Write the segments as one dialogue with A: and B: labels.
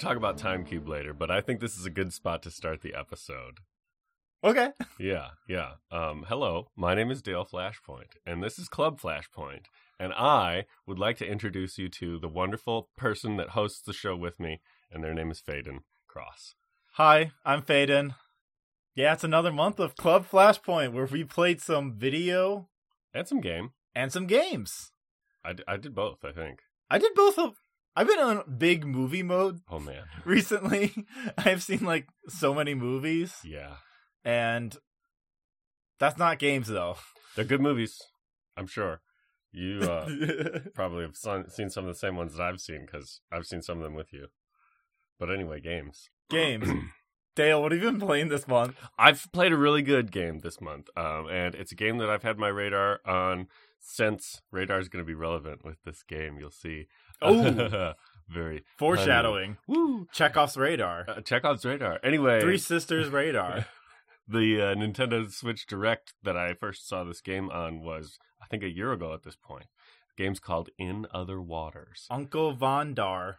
A: talk about Time Cube later, but I think this is a good spot to start the episode.
B: Okay.
A: Yeah, yeah. Um, hello, my name is Dale Flashpoint, and this is Club Flashpoint. And I would like to introduce you to the wonderful person that hosts the show with me, and their name is Faden Cross.
B: Hi, I'm Faden. Yeah, it's another month of Club Flashpoint where we played some video
A: And some game.
B: and some games.
A: I, d- I did both, I think.
B: I did both of. I've been on big movie mode
A: Oh, man.
B: recently. I've seen like so many movies,
A: Yeah.
B: and that's not games though.
A: They're good movies, I'm sure. You uh, probably have son- seen some of the same ones that I've seen because I've seen some of them with you. But anyway, games.
B: games. Dale, what have you been playing this month?
A: I've played a really good game this month, um, and it's a game that I've had my radar on since radar is going to be relevant with this game. You'll see.
B: Oh.
A: very
B: Foreshadowing.
A: woo.
B: Chekhov's radar.
A: Uh, Chekhov's radar. Anyway,
B: Three Sisters radar.
A: the uh, Nintendo Switch Direct that I first saw this game on was I think a year ago at this point. The game's called In Other Waters.
B: Uncle Vondar.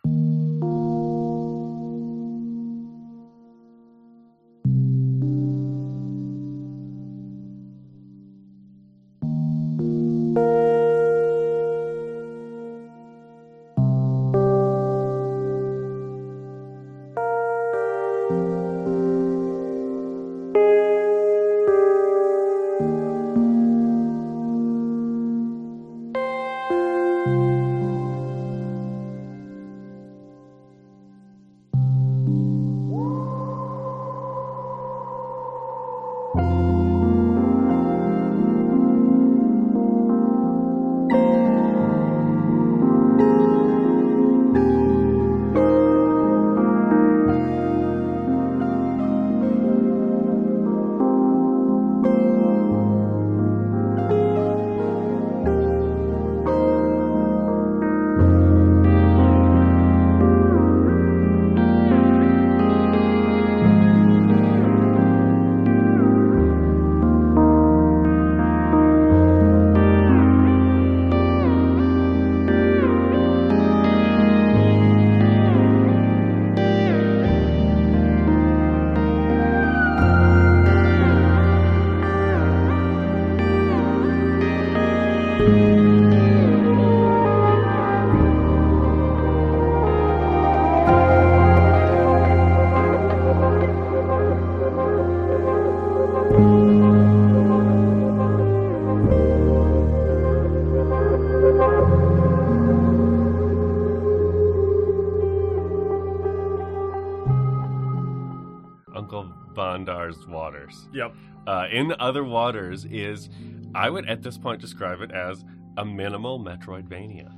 A: Uncle Bondar's Waters.
B: Yep.
A: Uh, in Other Waters is, I would at this point describe it as a minimal Metroidvania.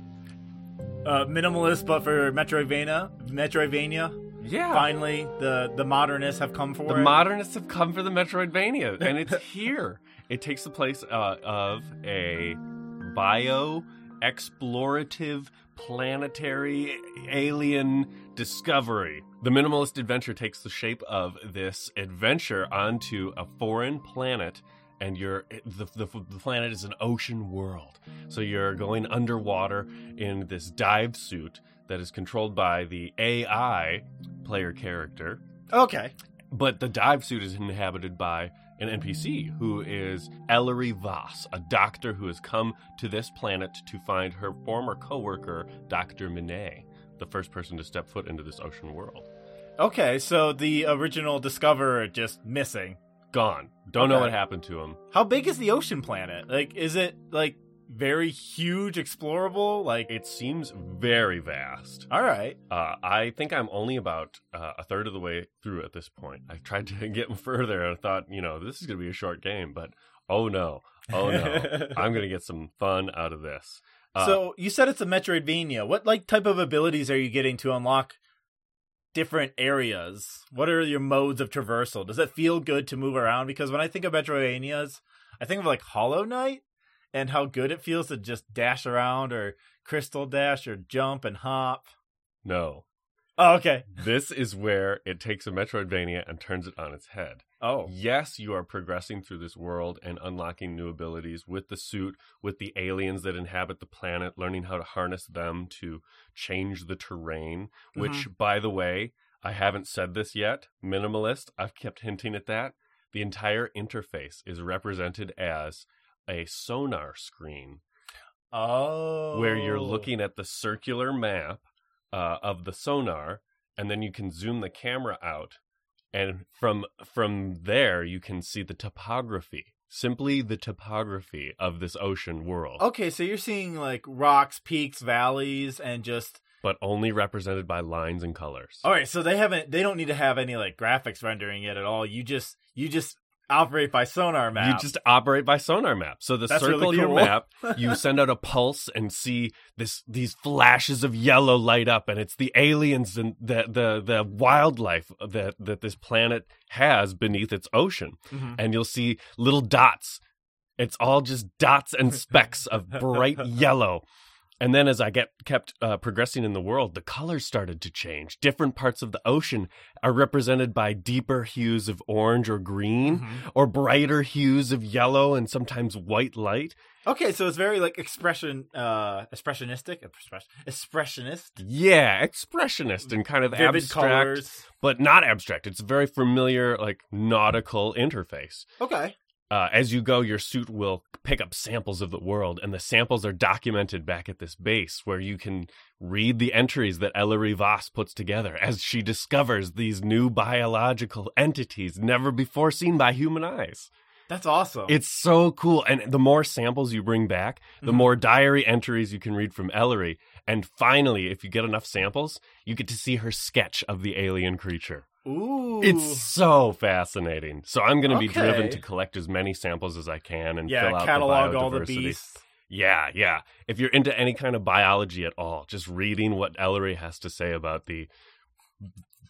B: Uh, minimalist, but for Metroidvania, Metroidvania.
A: Yeah.
B: Finally, the the modernists have come for
A: The
B: it.
A: modernists have come for the Metroidvania, and it's here. It takes the place uh, of a bio explorative planetary alien discovery. The minimalist adventure takes the shape of this adventure onto a foreign planet. And you're the, the, the planet is an ocean world, so you're going underwater in this dive suit that is controlled by the AI player character,
B: okay.
A: but the dive suit is inhabited by an NPC who is Ellery Voss, a doctor who has come to this planet to find her former coworker, Dr. Minet, the first person to step foot into this ocean world.
B: Okay, so the original discoverer just missing.
A: Gone. Don't know
B: Okay.
A: what happened to him.
B: How big is the ocean planet? Like, is it like very huge, explorable? Like,
A: It seems very vast.
B: all right,
A: Uh, I think I'm only about uh, a third of the way through at this point. I tried to get further and I thought, you know, this is going to be a short game, but oh no, oh no. I'm going to get some fun out of this. Uh,
B: so you said it's a Metroidvania. What like type of abilities are you getting to unlock different areas? What are your modes of traversal? Does it feel good to move around? Because when I think of Metroidvanias, I think of like Hollow Knight and how good it feels to just dash around or crystal dash or jump and hop.
A: no,
B: Oh, okay.
A: this is where it takes a Metroidvania and turns it on its head.
B: Oh,
A: Yes, you are progressing through this world and unlocking new abilities with the suit, with the aliens that inhabit the planet, learning how to harness them to change the terrain. Which, by the way, I haven't said this yet. Minimalist, I've kept hinting at that. The entire interface is represented as a sonar screen
B: oh,
A: where you're looking at the circular map uh, of the sonar, and then you can zoom the camera out, and from from there you can see the topography, simply the topography of this ocean world,
B: Okay, so you're seeing like rocks, peaks, valleys, and just
A: but only represented by lines and colors.
B: all right. So they haven't. They don't need to have any like graphics rendering it at all. You just you just operate by sonar map.
A: You just operate by sonar map. So the
B: That's really
A: circle your
B: cool.
A: map, you send out a pulse and see this these flashes of yellow light up, and it's the aliens and the the, the wildlife that that this planet has beneath its ocean.
B: Mhm.
A: and you'll see little dots. It's all just dots and specks of bright yellow. And then as I get kept uh, progressing in the world, the colors started to change. Different parts of the ocean are represented by deeper hues of orange or green
B: Mhm.
A: or brighter hues of yellow and sometimes white light.
B: Okay, so it's very like expression, uh, expressionistic, expression, expressionist,
A: Yeah, expressionist and kind of
B: vivid
A: abstract,
B: colors.
A: but not abstract. It's a very familiar like nautical interface.
B: Okay,
A: uh, as you go, your suit will pick up samples of the world, and the samples are documented back at this base where you can read the entries that Ellery Voss puts together as she discovers these new biological entities never before seen by human eyes.
B: that's awesome.
A: It's so cool. And the more samples you bring back, the
B: Mhm.
A: more diary entries you can read from Ellery. And finally, if you get enough samples, you get to see her sketch of the alien creature.
B: Ooh,
A: It's so fascinating. So I'm going to be
B: Okay.
A: driven to collect as many samples as I can and
B: yeah,
A: fill out
B: catalog
A: the
B: all the
A: biodiversity.
B: beasts.
A: Yeah, yeah. If you're into any kind of biology at all, just reading what Ellery has to say about the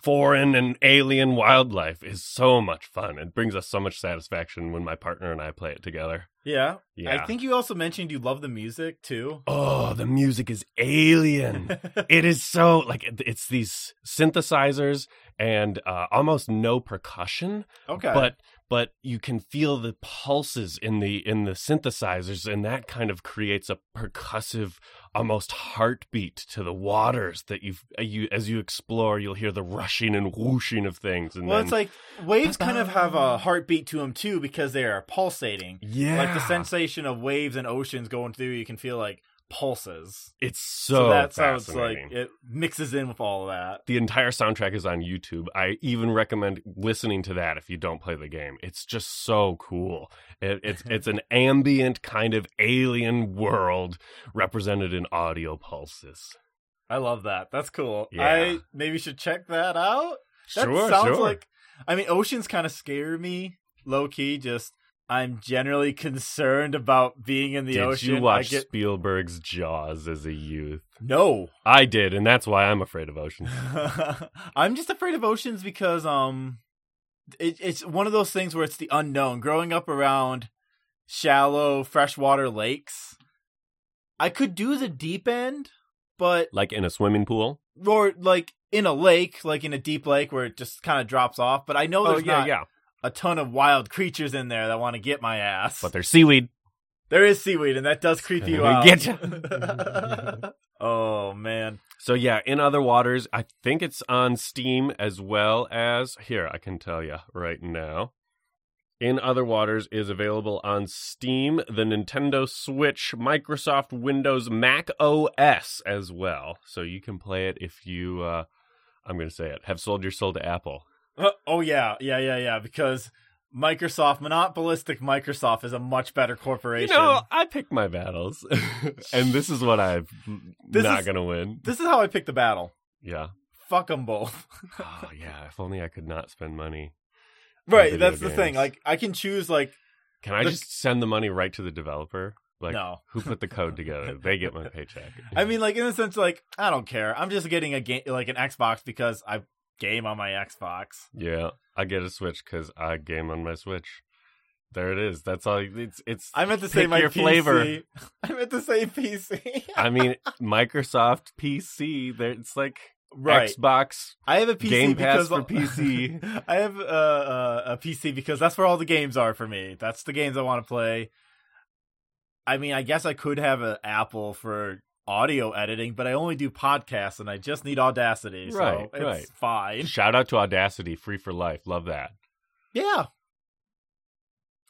A: foreign and alien wildlife is so much fun. It brings us so much satisfaction when my partner and I play it together.
B: Yeah.
A: Yeah.
B: I think you also mentioned you love the music too.
A: oh, the music is alien. it is so like it- it's these synthesizers and uh, almost no percussion.
B: okay,
A: but but you can feel the pulses in the in the synthesizers and that kind of creates a percussive almost heartbeat to the waters that you you as you explore you'll hear the rushing and whooshing of things and
B: well,
A: then,
B: it's like waves
A: Ba-ba.
B: kind of have a heartbeat to them too because they are pulsating.
A: yeah
B: Like the sensation of waves and oceans going through, you can feel like pulses.
A: it's
B: So,
A: so,
B: that sounds like
A: fascinating.
B: it mixes in with all of that.
A: the entire soundtrack is on YouTube. I even recommend listening to that if you don't play the game. It's just so cool. It, it's it's an ambient kind of alien world represented in audio pulses.
B: I love that. That's cool.
A: Yeah.
B: I maybe should check that out. That
A: sure,
B: sounds
A: sure.
B: like I mean oceans kind of scare me low key just I'm generally concerned about being in the
A: did
B: ocean.
A: you watch
B: I get
A: Spielberg's Jaws as a youth?
B: no.
A: I did, and that's why I'm afraid of oceans.
B: I'm just afraid of oceans because um, it, it's one of those things where it's the unknown. Growing up around shallow freshwater lakes, I could do the deep end, but
A: like in a swimming pool.
B: or like in a lake, like in a deep lake where it just kind of drops off. But I know Oh, there's not
A: Oh, yeah.
B: a ton of wild creatures in there that want to get my ass.
A: But there's seaweed.
B: there is seaweed, and that does creep you
A: Gonna
B: out.
A: get ya.
B: oh man,
A: So yeah, in other waters, I think it's on Steam as well as here. I can tell you right now. In Other Waters is available on Steam, the Nintendo Switch, Microsoft Windows, Mac OS as well. So you can play it if you, uh, I'm going to say it, have sold your soul to Apple.
B: Uh, oh yeah, yeah, yeah, yeah. Because Microsoft, monopolistic Microsoft, is a much better corporation.
A: You know, I pick my battles, and this is what I'm
B: This
A: not
B: is-
A: gonna win.
B: this is how I pick the battle.
A: Yeah.
B: Fuck them both.
A: Oh, yeah. If only I could not spend money.
B: right,
A: Video
B: that's the thing.
A: games.
B: Like I can choose. Like
A: Can I
B: The-
A: just send the money right to the developer? Like,
B: no,
A: who put the code together? They get my paycheck.
B: I mean, like in a sense, like I don't care. I'm just getting a game, like an Xbox, because I game on my Xbox.
A: yeah, I get a Switch because I game on my Switch. There it is. That's all. It's it's.
B: I meant to say
A: Pick
B: my
A: your
B: PC.
A: flavor.
B: I meant to say PC.
A: I mean, Microsoft PC. There, it's like
B: Right.
A: Xbox,
B: I have a PC
A: Game Pass
B: because
A: for PC.
B: I have uh, uh, a PC because that's where all the games are for me. That's the games I want to play. I mean, I guess I could have an Apple for audio editing, but I only do podcasts and I just need Audacity, so
A: Right,
B: it's
A: right.
B: fine.
A: Shout out to Audacity, free for life. Love that.
B: Yeah,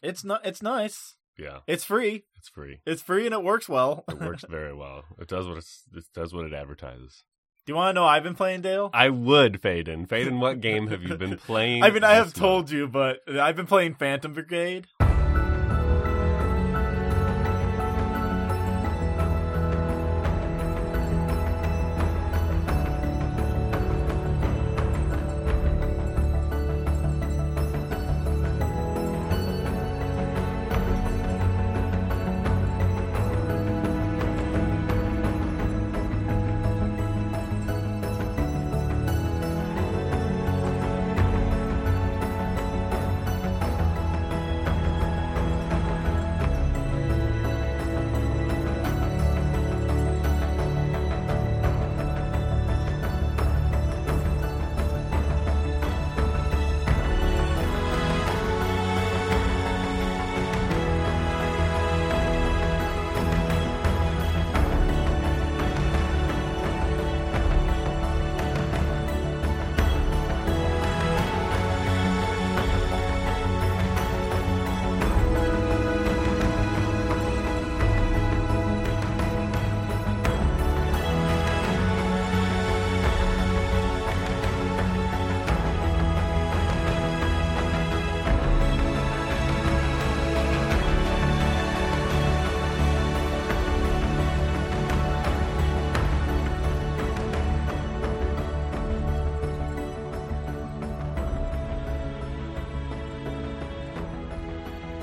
B: it's not. It's nice.
A: Yeah,
B: It's free.
A: it's free.
B: It's free and it works well.
A: It works very well. It does what it's, it does what it advertises.
B: Do you want to know I've been playing Dale?
A: I would, Faden. Faden, what game have you been playing?
B: I mean, I have
A: this
B: told you, but I've been playing Phantom Brigade.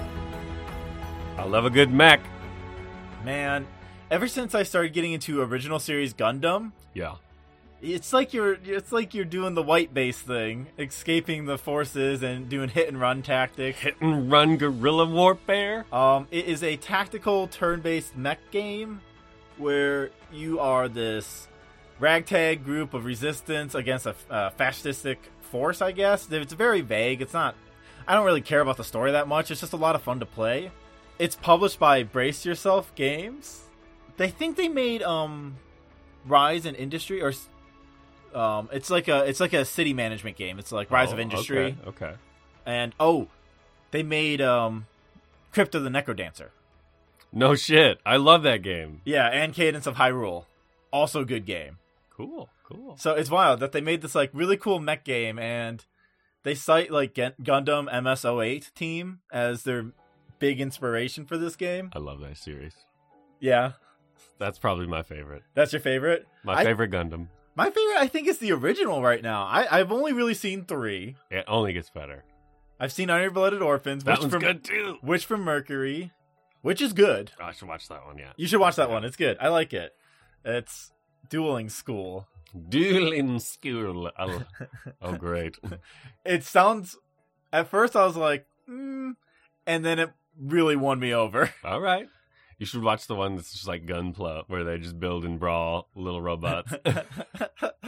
A: one. I love a good mech.
B: Man, ever since I started getting into original series Gundam,
A: Yeah,
B: it's like you're it's like you're doing the white base thing, escaping the forces and doing hit and run tactics.
A: hit and run guerrilla warfare.
B: Um, it is a tactical turn-based mech game where you are this ragtag group of resistance against a uh, fascistic force. I guess it's very vague. It's not. I don't really care about the story that much. It's just a lot of fun to play. It's published by Brace Yourself Games. They think they made um, Rise in Industry or s- um, it's like a it's like a city management game. It's like Rise of
A: Oh,
B: Industry
A: Okay. okay.
B: and oh, they made um, Crypt of the Necrodancer.
A: No shit. I love that game.
B: Yeah, and Cadence of Hyrule, also good game.
A: Cool. Cool.
B: So it's wild that they made this like really cool mech game, and they cite like Gen- Gundam MS08 team as their big inspiration for this game.
A: I love that series.
B: Yeah,
A: That's probably my favorite.
B: that's your favorite.
A: My
B: I-
A: favorite Gundam.
B: My favorite, I think, is the original right now. I, I've only really seen three.
A: It only gets better.
B: I've seen Iron Blooded Orphans,
A: That
B: which
A: one's
B: from
A: good too.
B: which from Mercury, which is good.
A: I should watch that one. Yeah.
B: You should watch that one. It's good. I like it. It's dueling school.
A: Dueling school. Oh, oh great.
B: It sounds. At first, I was like, mm, and then it really won me over.
A: All right. You should watch the one that's just like Gunpla, where they just build and brawl little robots.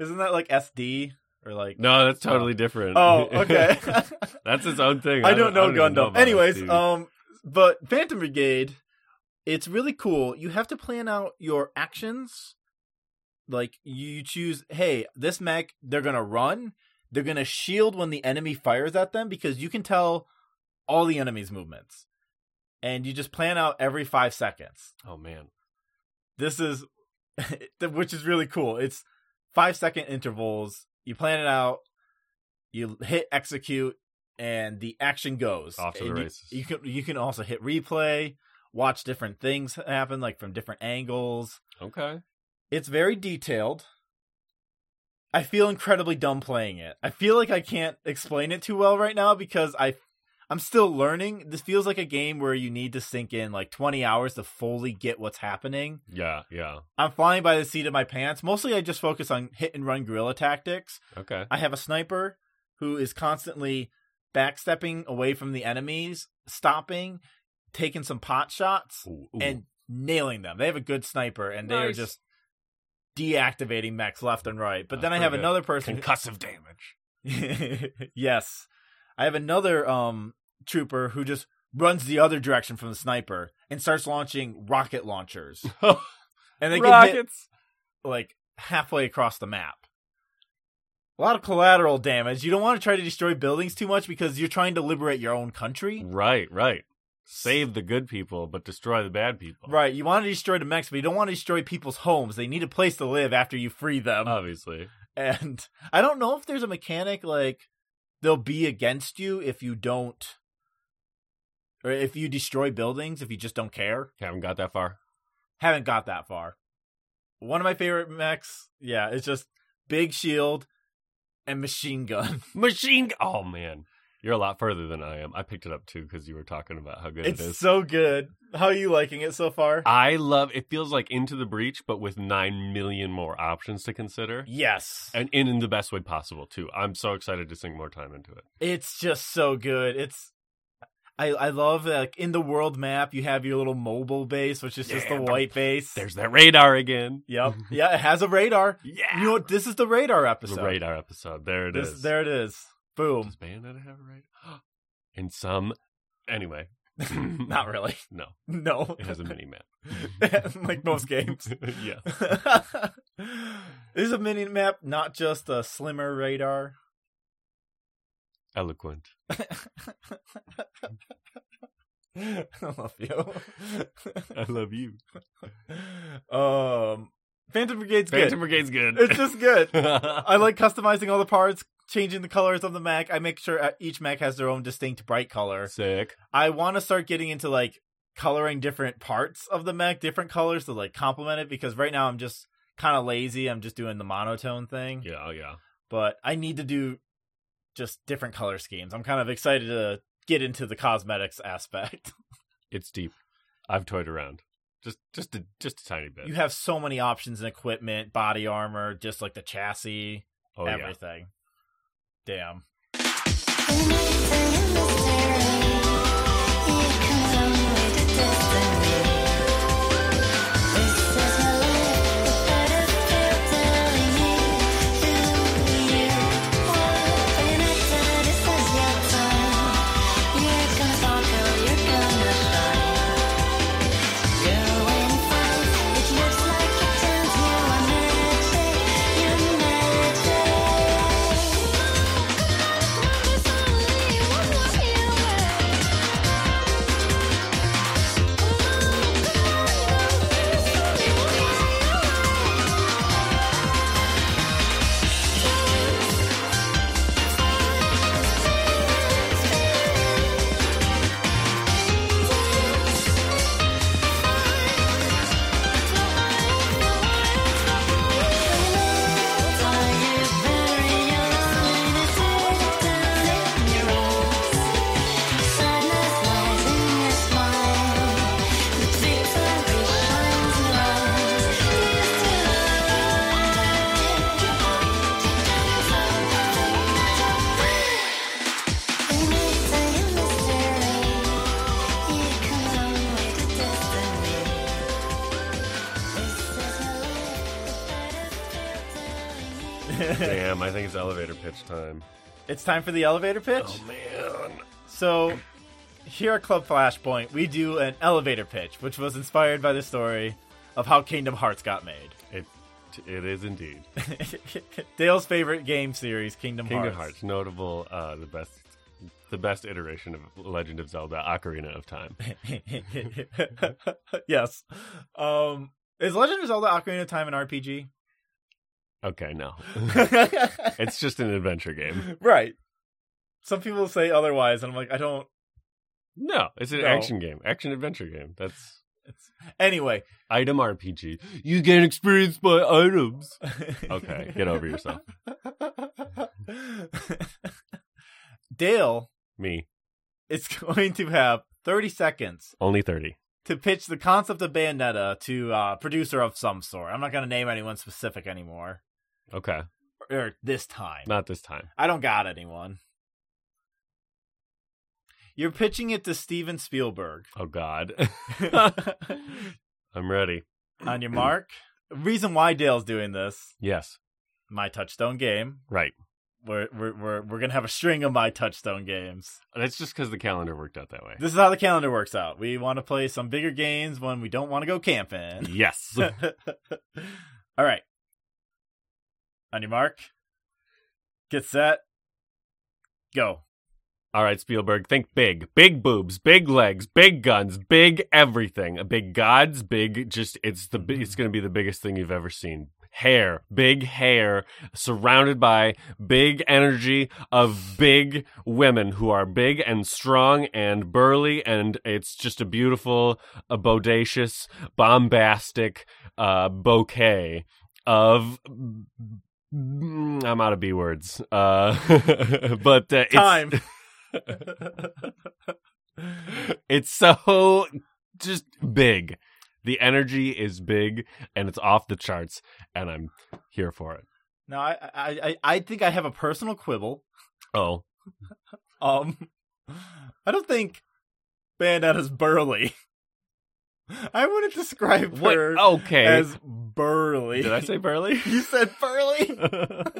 B: Isn't that like SD or like?
A: no, that's totally different.
B: Oh, okay.
A: that's its own thing.
B: I don't know
A: even
B: Gundam.
A: about
B: Anyways,
A: this dude.
B: um, but Phantom Brigade, it's really cool. You have to plan out your actions. Like you choose, hey, this mech, they're gonna run. They're gonna shield when the enemy fires at them because you can tell all the enemy's movements, and you just plan out every five seconds.
A: oh man,
B: This is, which is really cool. It's five second intervals. You plan it out. You hit execute, and the action goes
A: Off to the
B: And you-
A: races.
B: You, can you can also hit replay, watch different things happen like from different angles.
A: okay.
B: It's very detailed. I feel incredibly dumb playing it. I feel like I can't explain it too well right now because I I'm still learning. This feels like a game where you need to sink in like 20 hours to fully get what's happening.
A: Yeah, yeah.
B: I'm flying by the seat of my pants. Mostly, I just focus on hit and run guerrilla tactics.
A: Okay.
B: I have a sniper who is constantly backstepping away from the enemies, stopping, taking some pot shots,
A: Ooh, ooh.
B: and nailing them. They have a good sniper, and they are
A: Nice.
B: just deactivating mechs left and right. But
A: That's
B: then I
A: pretty
B: have
A: good.
B: another person.
A: Concussive damage.
B: yes. I have another um trooper who just runs the other direction from the sniper and starts launching rocket launchers. and they get hit
A: Rockets.
B: like halfway across the map. A lot of collateral damage. You don't want to try to destroy buildings too much because you're trying to liberate your own country.
A: Right, right. Save the good people, but destroy the bad people.
B: Right, you want to destroy the mechs, but you don't want to destroy people's homes. They need a place to live after you free them.
A: Uh. Obviously.
B: and I don't know if there's a mechanic like they'll be against you if you don't or if you destroy buildings if you just don't care.
A: Haven't got that far.
B: Haven't got that far. One of my favorite mechs, yeah, it's just big shield and machine gun.
A: Machine. gu- Oh man, you're a lot further than I am. I picked it up too because you were talking about how good
B: it's
A: it is.
B: so good. How are you liking it so far?
A: I love. It feels like Into the Breach, but with nine million more options to consider,
B: yes.
A: and in, in the best way possible too. I'm so excited to sink more time into it.
B: It's just so good. It's I I love like in the world map you have your little mobile base which is just
A: Yeah,
B: the
A: but
B: white base.
A: There's that radar again.
B: Yep. Yeah, it has a radar.
A: Yeah.
B: You know what? This is the radar
A: the
B: episode.
A: radar episode. There it is.
B: This- There it is. Boom.
A: Does Bayonetta have a radar? In some. Anyway.
B: Not really.
A: No.
B: No.
A: It has a mini map.
B: like most games.
A: yeah.
B: There's a mini map, not just a slimmer radar.
A: Eloquent.
B: I love you.
A: I love you.
B: um, Phantom Brigade's
A: Phantom
B: good.
A: Brigade's good.
B: it's just good. I like customizing all the parts, changing the colors of the Mac. I make sure uh, each Mac has their own distinct bright color.
A: Sick.
B: I want to start getting into like coloring different parts of the mech, different colors to like complement it because right now I'm just kind of lazy. I'm just doing the monotone thing,
A: Yeah, oh, yeah.
B: but I need to do just different color schemes. I'm kind of excited to get into the cosmetics aspect.
A: It's deep. I've toyed around. Just just a just a tiny bit.
B: you have so many options in equipment, body armor, just like the chassis,
A: oh yeah.
B: everything. Damn.
C: Magic. There's only one more way.
A: Damn, I think it's elevator pitch time.
B: It's time for the elevator pitch.
A: Oh. man.
B: So, here at Club Flashpoint, we do an elevator pitch, which was inspired by the story of how Kingdom Hearts got made.
A: It it is indeed.
B: Dale's favorite game series, Kingdom,
A: Kingdom
B: Hearts.
A: Hearts, notable uh the best the best iteration of Legend of Zelda Ocarina of Time.
B: yes. Um, is Legend of Zelda Ocarina of Time an RPG?
A: Okay, no. it's just an adventure game.
B: right. Some people say otherwise, and I'm like, I don't.
A: No, it's an
B: No.
A: action game. Action adventure game. That's
B: It's... Anyway.
A: item RPG. You gain experience by items. Okay, get over yourself.
B: Dale
A: Me.
B: is going to have 30 seconds
A: Only thirty.
B: to pitch the concept of Bayonetta to uh, a producer of some sort. I'm not going to name anyone specific anymore,
A: Okay.
B: or this time.
A: Not this time.
B: I don't got anyone. You're pitching it to Steven Spielberg.
A: Oh God. I'm ready.
B: On your mark, reason why Dale's doing this,
A: Yes.
B: my touchstone game.
A: Right.
B: We're we're we're, we're gonna have a string of my touchstone games.
A: That's just because the calendar worked out that way.
B: This is how the calendar works out. We want to play some bigger games when we don't want to go camping.
A: Yes.
B: All right. On your mark, get set, go.
A: All right, Spielberg, think big. Big boobs, big legs, big guns, big everything. Big gods, big just it's the bi- it's going to be the biggest thing you've ever seen. Hair, big hair surrounded by big energy of big women who are big and strong and burly and it's just a beautiful, a bodacious, bombastic uh bouquet of mm, I'm out of B words. Uh but uh, it's
B: Time.
A: it's so just big. The energy is big and it's off the charts, and I'm here for it.
B: now, I, I I I think I have a personal quibble.
A: Oh,
B: Um, I don't think Bayonetta's burly. I wouldn't describe
A: what?
B: her
A: Okay.
B: as burly.
A: Did I say burly?
B: you said burly?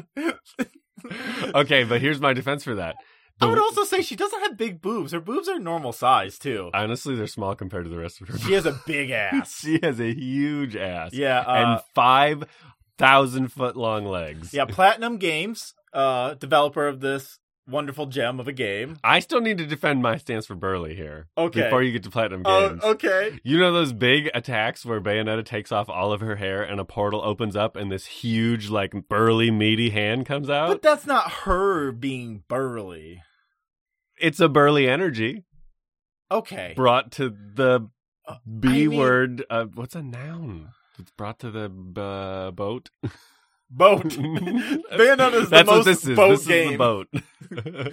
A: okay, but here's my defense for that.
B: I would also say she doesn't have big boobs. Her boobs are normal size too.
A: Honestly, they're small compared to the rest of her.
B: She has a big ass.
A: she has a huge ass.
B: Yeah, uh,
A: and five thousand foot long legs.
B: yeah. Platinum Games, uh, developer of this wonderful gem of a game.
A: I still need to defend my stance for burly here.
B: Okay.
A: Before you get to platinum
B: Oh,
A: games.
B: okay.
A: You know those big attacks where Bayonetta takes off all of her hair and a portal opens up and this huge, like, burly, meaty hand comes out?
B: But that's not her being burly.
A: it's a burly energy
B: Okay.
A: brought to the
B: Uh,
A: B
B: I mean-
A: word. Uh, what's a noun? It's brought to the uh, boat.
B: boat. Bayonetta's the
A: That's
B: most
A: what this is.
B: boat
A: this
B: game.
A: is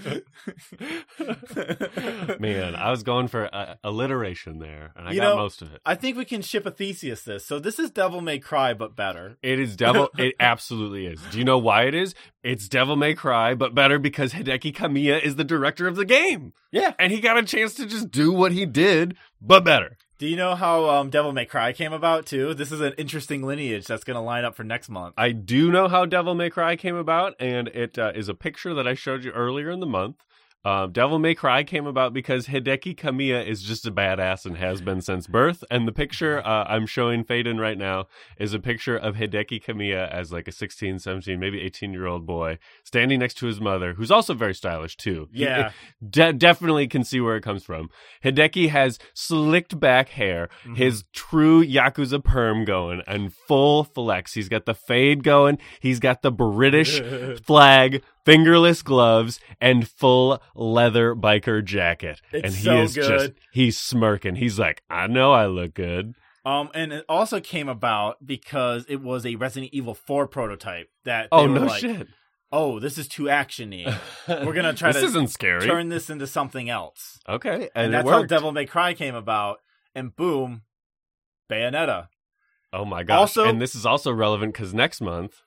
A: the boat. Man, I was going for uh, alliteration there, and I
B: You
A: got
B: know-
A: most of it.
B: I think we can ship a Theseus this. So this is Devil May Cry, but better.
A: It is devil. it absolutely is. Do you know why it is? It's Devil May Cry, but better because Hideki Kamiya is the director of the game,
B: Yeah.
A: and he got a chance to just do what he did, but better.
B: Do you know how um, Devil May Cry came about too? This is an interesting lineage that's going to line up for next month.
A: I do know how Devil May Cry came about, and it uh, is a picture that I showed you earlier in the month. Um, Devil May Cry came about because Hideki Kamiya is just a badass and has been since birth. And the picture uh, I'm showing Faden right now is a picture of Hideki Kamiya as like a 16, 17, maybe 18 year old boy standing next to his mother, who's also very stylish too.
B: Yeah.
A: De- definitely can see where it comes from. Hideki has slicked back hair,
B: Mm-hmm.
A: his true Yakuza perm going, and full flex. He's got the fade going, he's got the British flag, fingerless gloves, and full leather biker jacket.
B: It's
A: and he
B: so
A: is just,
B: good.
A: he's smirking. He's like, I know I look good.
B: Um, and it also came about because it was a Resident Evil 4 prototype that they
A: Oh,
B: were
A: no
B: like,
A: shit.
B: oh, this is too actiony. We're gonna try
A: this
B: to
A: isn't scary.
B: Turn this into something else.
A: okay.
B: And,
A: And, it
B: that's how
A: worked.
B: Devil May Cry came about. And boom, Bayonetta.
A: oh, my gosh.
B: Also-
A: and this is also relevant because next month,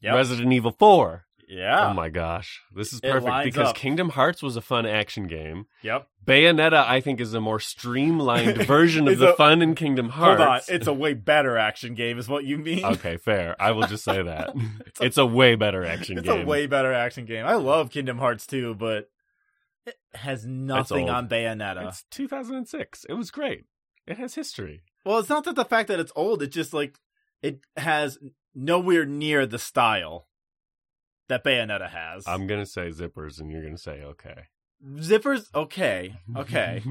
B: Yep.
A: Resident Evil 4
B: yeah.
A: Oh my gosh. This is
B: It
A: perfect
B: lines
A: because
B: up.
A: Kingdom Hearts was a fun action game.
B: Yep.
A: Bayonetta, I think, is a more streamlined version of
B: It's
A: the
B: a-
A: fun in Kingdom
B: Hold on.
A: Hearts.
B: It's a way better action game, is what you mean.
A: okay, fair. I will just say that. it's, a, way better action
B: it's
A: game.
B: a way better action game. I love Kingdom Hearts 2, but it has nothing
A: old.
B: on Bayonetta.
A: It's 2006. It was great. It has history.
B: Well, it's not that the fact that it's old, it's just like it has nowhere near the style that Bayonetta has.
A: I'm going to say zippers, and you're going to say okay.
B: Zippers, okay. Okay.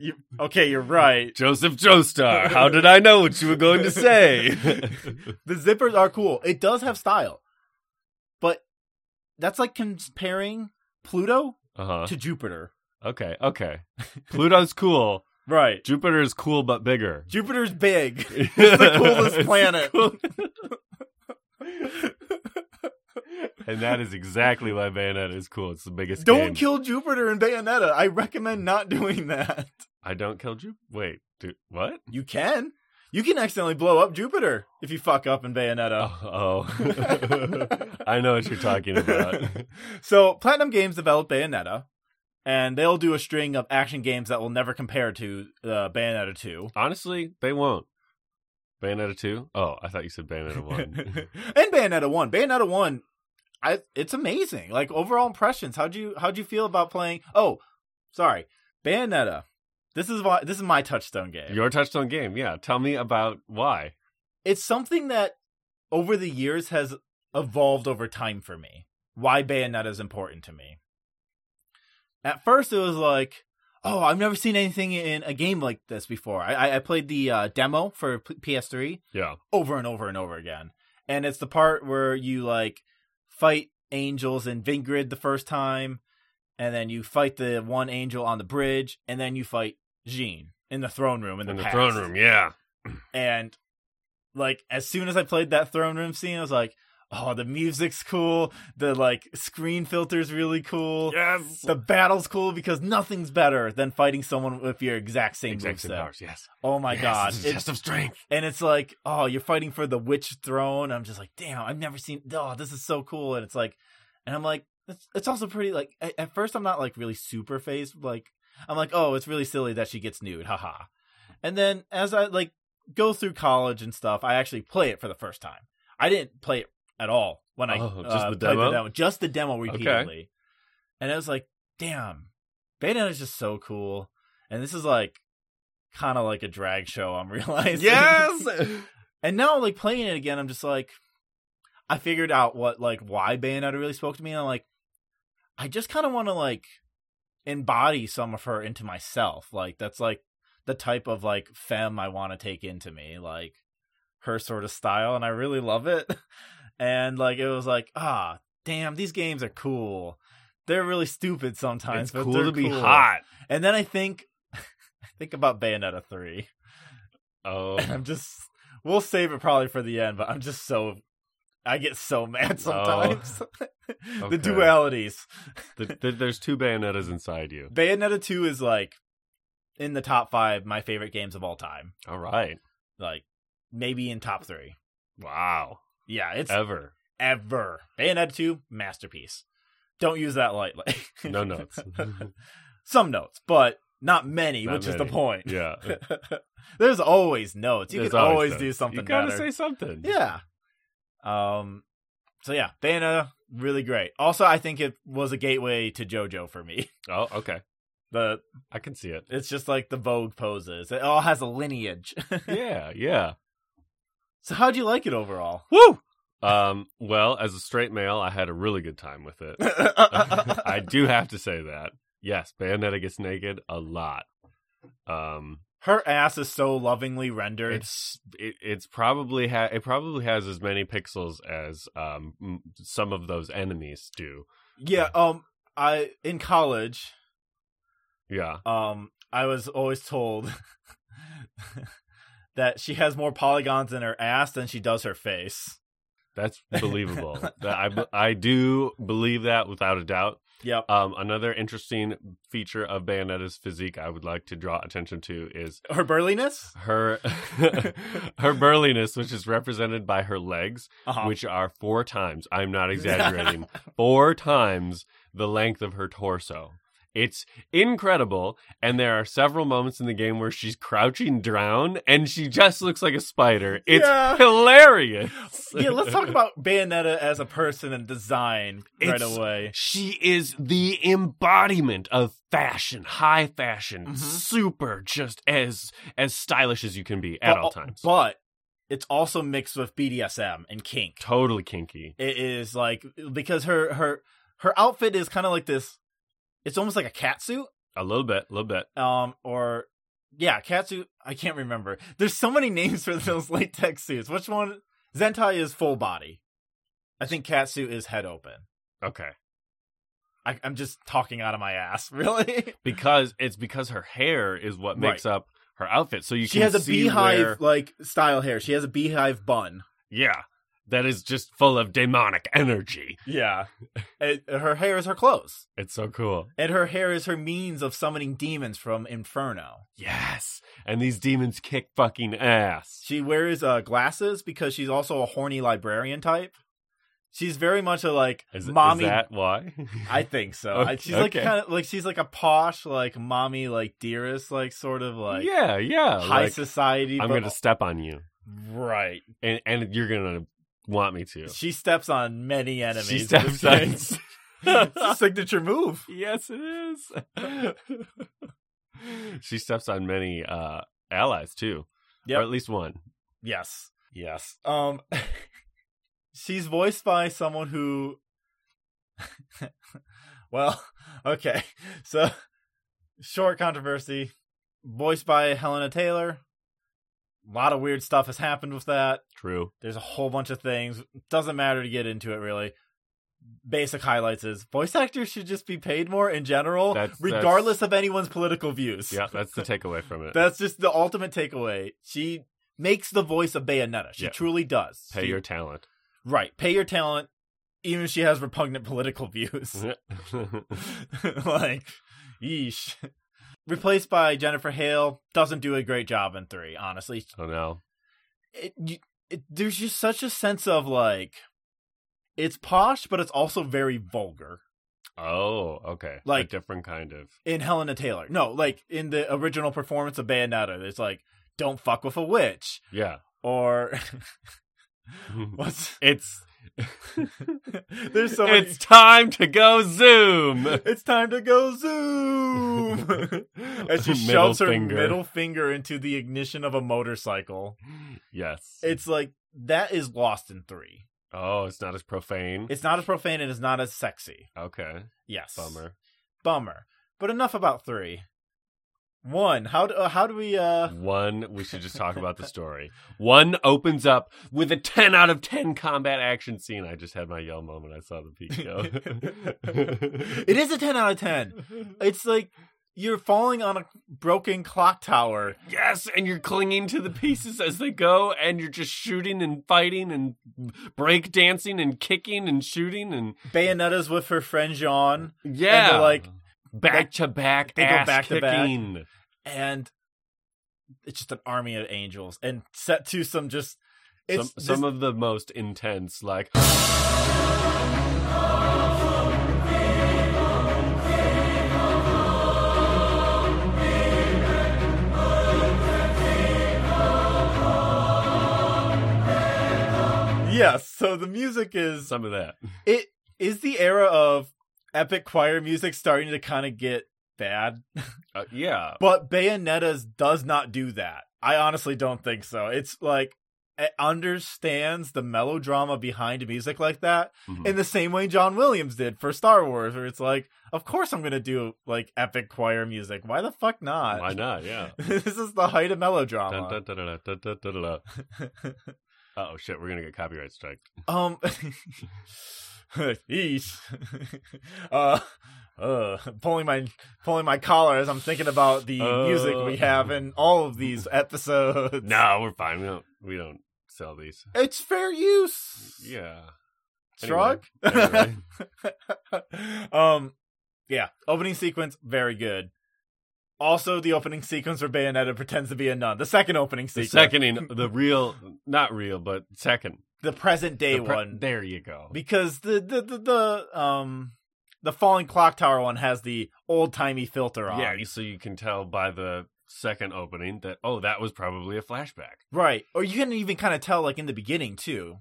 B: you, okay, you're right.
A: Joseph Joestar, how did I know what you were going to say?
B: The zippers are cool. It does have style. But that's like comparing Pluto
A: uh huh.
B: to Jupiter.
A: Okay, okay. Pluto's cool.
B: Right.
A: Jupiter is cool, but bigger.
B: Jupiter's big. It's the coolest
A: It's
B: planet.
A: cool- and that is exactly why Bayonetta is cool. It's the biggest.
B: Don't
A: game.
B: kill Jupiter and Bayonetta. I recommend not doing that.
A: I don't kill Jupiter. Wait, do, what?
B: You can. You can accidentally blow up Jupiter if you fuck up in Bayonetta.
A: Oh, oh. I know what you're talking about.
B: so Platinum Games developed Bayonetta, and they'll do a string of action games that will never compare to uh, Bayonetta 2.
A: Honestly, they won't. Bayonetta two? Oh, I thought you said Bayonetta one.
B: and Bayonetta one. Bayonetta one, I it's amazing. Like overall impressions. How'd you how'd you feel about playing? Oh, sorry, Bayonetta. This is why this is my touchstone game.
A: Your touchstone game, yeah. Tell me about why.
B: it's something that over the years has evolved over time for me. Why Bayonetta is important to me. At first, it was like, oh, I've never seen anything in a game like this before. I- I, I played the uh, demo for P- PS3,
A: Yeah,
B: over and over and over again. And it's the part where you like fight angels in Vingrid the first time, and then you fight the one angel on the bridge, and then you fight Jean in the throne room in the,
A: in the
B: past.
A: throne room. Yeah,
B: And like as soon as I played that throne room scene, I was like, "Oh, the music's cool. The like screen filter's really cool.
A: yes.
B: The battle's cool because nothing's better than fighting someone with your exact same
A: Exact same
B: moveset.
A: powers. Yes.
B: Oh my
A: Yes,
B: god,
A: this is a
B: It-
A: test of strength.
B: and it's like, oh, you're fighting for the witch throne. I'm just like, damn, I've never seen. Oh, this is so cool. And it's like, and I'm like, it's, it's also pretty. Like at, at first, I'm not like really super phased. Like I'm like, oh, it's really silly that she gets nude, haha. And then as I like go through college and stuff, I actually play it for the first time. I didn't play it at all when I
A: Oh, just
B: uh,
A: the
B: played
A: demo?
B: just the demo repeatedly. And I was like, damn, Bayonetta is just so cool. And this is like kind of like a drag show. I'm realizing. And now, like playing it again, I'm just like, I figured out what like why Bayonetta really spoke to me. And I'm like, I just kind of want to like embody some of her into myself. Like that's like the type of like femme I want to take into me, like her sort of style, and I really love it. And like it was like, ah, damn, these games are cool. They're really stupid sometimes.
A: it's
B: but
A: cool
B: they're
A: to be
B: cool.
A: hot.
B: And then I think, I think about Bayonetta three.
A: Oh,
B: And I'm just we'll save it probably for the end, but I'm just so I get so mad sometimes.
A: Oh. Okay.
B: the dualities.
A: th- th- there's two Bayonettas inside you.
B: Bayonetta 2 is like in the top 5 my favorite games of all time.
A: All right.
B: Like maybe in top 3.
A: Wow.
B: Yeah, it's
A: Ever.
B: ever. Bayonetta 2 masterpiece. Don't use that lightly.
A: No notes.
B: Some notes, but not many,
A: Not
B: which is the
A: many.
B: point.
A: yeah.
B: There's always notes. You
A: There's
B: can always,
A: that.
B: do something
A: You gotta
B: better.
A: say something.
B: Yeah. Um. So yeah, Bayonetta, really great. Also, I think it was a gateway to JoJo for me.
A: Oh, okay.
B: The
A: I can see it.
B: it's just like the Vogue poses. It all has a lineage.
A: Yeah. Yeah.
B: so how'd you like it overall?
A: Woo. Um. Well, as a straight male, I had a really good time with it. I
B: I
A: do have to say that. Yes, Bayonetta gets naked a lot. Um.
B: her ass is so lovingly rendered.
A: It's it, it's probably ha- it probably has as many pixels as um m- some of those enemies do.
B: yeah. Um. I in college.
A: Yeah.
B: Um. I was always told that she has more polygons in her ass than she does her face.
A: That's believable. That- I b- I do believe that without a doubt.
B: Yep.
A: Um, another interesting feature of Bayonetta's physique I would like to draw attention to is
B: Her burliness.
A: her her burliness, which is represented by her legs,
B: Uh-huh.
A: which are four times. I'm not exaggerating. four times the length of her torso. It's incredible, and there are several moments in the game where she's crouching down, and she just looks like a spider. It's
B: Yeah.
A: hilarious.
B: yeah, let's talk about Bayonetta as a person and design right
A: It's-
B: away.
A: She is the embodiment of fashion, high fashion,
B: Mhm.
A: super, just as as stylish as you can be at
B: But-
A: all times.
B: But it's also mixed with BDSM and kink.
A: totally kinky.
B: It is like because her her her outfit is kind of like this. It's almost like a catsuit,
A: A little bit, a little bit.
B: um, or yeah, catsuit. I can't remember. There's so many names for those latex suits. Which one? Zentai is full body. I think catsuit is head open.
A: Okay.
B: I, I'm just talking out of my ass, really.
A: Because it's because her hair is what makes up her outfit. So you
B: she
A: can
B: has a
A: see
B: beehive
A: where-
B: like style hair. She has a beehive bun.
A: yeah. That is just full of demonic energy.
B: Yeah. And her hair is her clothes.
A: It's so cool.
B: And her hair is her means of summoning demons from Inferno.
A: Yes. And these demons kick fucking ass.
B: She wears uh, glasses because she's also a horny librarian type. She's very much a like
A: Is, is
B: mommy.
A: that why?
B: I think so.
A: Okay,
B: I- she's like
A: okay.
B: kind of like she's like a posh like mommy like dearest like sort of like
A: yeah, yeah.
B: high
A: like,
B: society.
A: I'm
B: but-
A: going to step on you.
B: Right.
A: and and you're gonna want me to.
B: She steps on many enemies.
A: She
B: in
A: steps
B: this
A: on.
B: game. it's a signature move.
A: yes, it is. she steps on many uh, allies too,
B: Yep.
A: or at least one.
B: Yes. Yes. Um she's voiced by someone who well, okay. So short controversy voiced by Helena Taylor. A lot of weird stuff has happened with that.
A: True.
B: There's a whole bunch of things. Doesn't matter to get into it really. Basic highlights is voice actors should just be paid more in general,
A: That's- that's-
B: regardless of anyone's political views.
A: Yeah, that's the takeaway from it.
B: That's just the ultimate takeaway. She makes the voice of Bayonetta. She
A: Yeah.
B: truly does.
A: Pay
B: She-
A: your talent.
B: right. Pay your talent, even if she has repugnant political views.
A: Oh,
B: like, yeesh. Replaced by Jennifer Hale doesn't do a great job in three. Honestly,
A: oh no.
B: it, you- it, there's just such a sense of like, it's posh, but it's also very vulgar
A: Oh, okay.
B: Like-
A: a different kind of.
B: in Helena Taylor. No, like in the original performance of Bayonetta, it's like, don't fuck with a witch,
A: Yeah.
B: or what's
A: it's
B: There's so many-
A: It's time to go zoom.
B: It's time to go zoom. As she shoves her middle finger into the ignition of a motorcycle.
A: Yes.
B: It's like that is lost in three.
A: oh, it's not as profane.
B: It's not as profane and it's not as sexy.
A: okay.
B: Yes.
A: Bummer.
B: Bummer. But enough about three. One. How do uh, how do we uh
A: One, we should just talk about the story. One opens up with a 10 out of 10 combat action scene. I just had my yell moment. I saw the peak go.
B: it is a ten out of ten. It's like you're falling on a broken clock tower.
A: yes, and you're clinging to the pieces as they go, and you're just shooting and fighting and break dancing and kicking and shooting and
B: Bayonetta's with her friend Jean.
A: yeah,
B: they're like-
A: back to back,
B: they go
A: ass
B: back to back.
A: kicking.
B: and it's just an army of angels and set to some just
A: some,
B: it's
A: some of the most intense like
B: yes yeah, so the music is
A: some of that
B: it is the era of epic choir music starting to kind of get bad
A: Uh, yeah
B: but bayonetta's does not do that i honestly don't think so it's like it understands the melodrama behind music like that
A: Mhm.
B: in the same way john williams did for star wars where it's like of course i'm gonna do like epic choir music why the fuck not
A: why not yeah
B: this is the height of melodrama
A: Dun, dun, dun, dun, dun, dun, dun, dun, dun. oh shit we're gonna get copyright striked
B: Um, yeesh. uh, uh, pulling my pulling my collar as I'm thinking about the music we
A: Uh.
B: have in all of these episodes.
A: no we're fine we don't we don't sell these
B: it's fair use.
A: yeah
B: shrug.
A: Anyway.
B: um, yeah. Opening sequence very good. Also, the opening sequence where Bayonetta pretends to be a nun. The second opening
A: the
B: sequence,
A: seconding the real not real but second
B: the present day
A: The pre-
B: one,
A: there you go
B: because the the the, the um the falling clock tower one has the old timey filter on.
A: yeah you- so you can tell by the second opening that oh that was probably a flashback
B: right. Or you can even kind of tell like in the beginning too.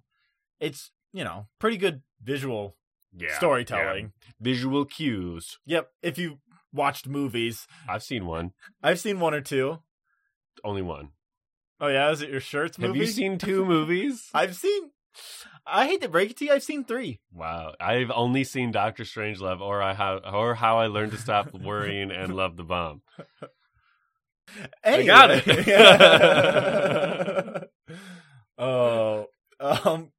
B: It's you know pretty good visual
A: yeah
B: storytelling.
A: yeah. visual cues
B: Yep. If you watched movies,
A: i've seen one
B: I've seen one or two.
A: only one
B: Oh yeah, is it your shirts movie?
A: Have you seen two movies?
B: I've seen. I hate to break it to you, I've seen three.
A: wow, I've only seen Doctor Strangelove or I how or How I Learned to Stop Worrying and Love the Bomb.
B: Anyway.
A: got it.
B: oh, um,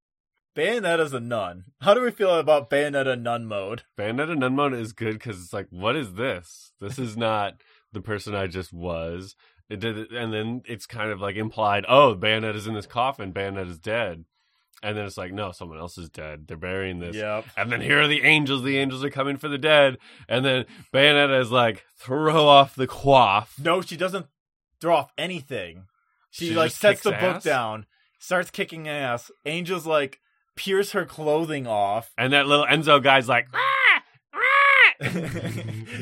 B: Bayonetta's a nun. How do we feel about Bayonetta nun mode?
A: Bayonetta Nun Mode is good because it's like, what is this? This is not the person I just was. It did, and then it's kind of like implied, oh, Bayonetta's in this coffin, Bayonetta's dead, and then it's like, no, someone else is dead. They're burying this.
B: Yep.
A: And then here are the angels. The angels are coming for the dead. And then Bayonetta is like, throw off the coif.
B: No, she doesn't throw off anything. She,
A: She
B: like
A: just
B: sets
A: kicks
B: the book
A: ass?
B: down, starts kicking ass. Angel's like pierce her clothing off.
A: And that little Enzo guy's like,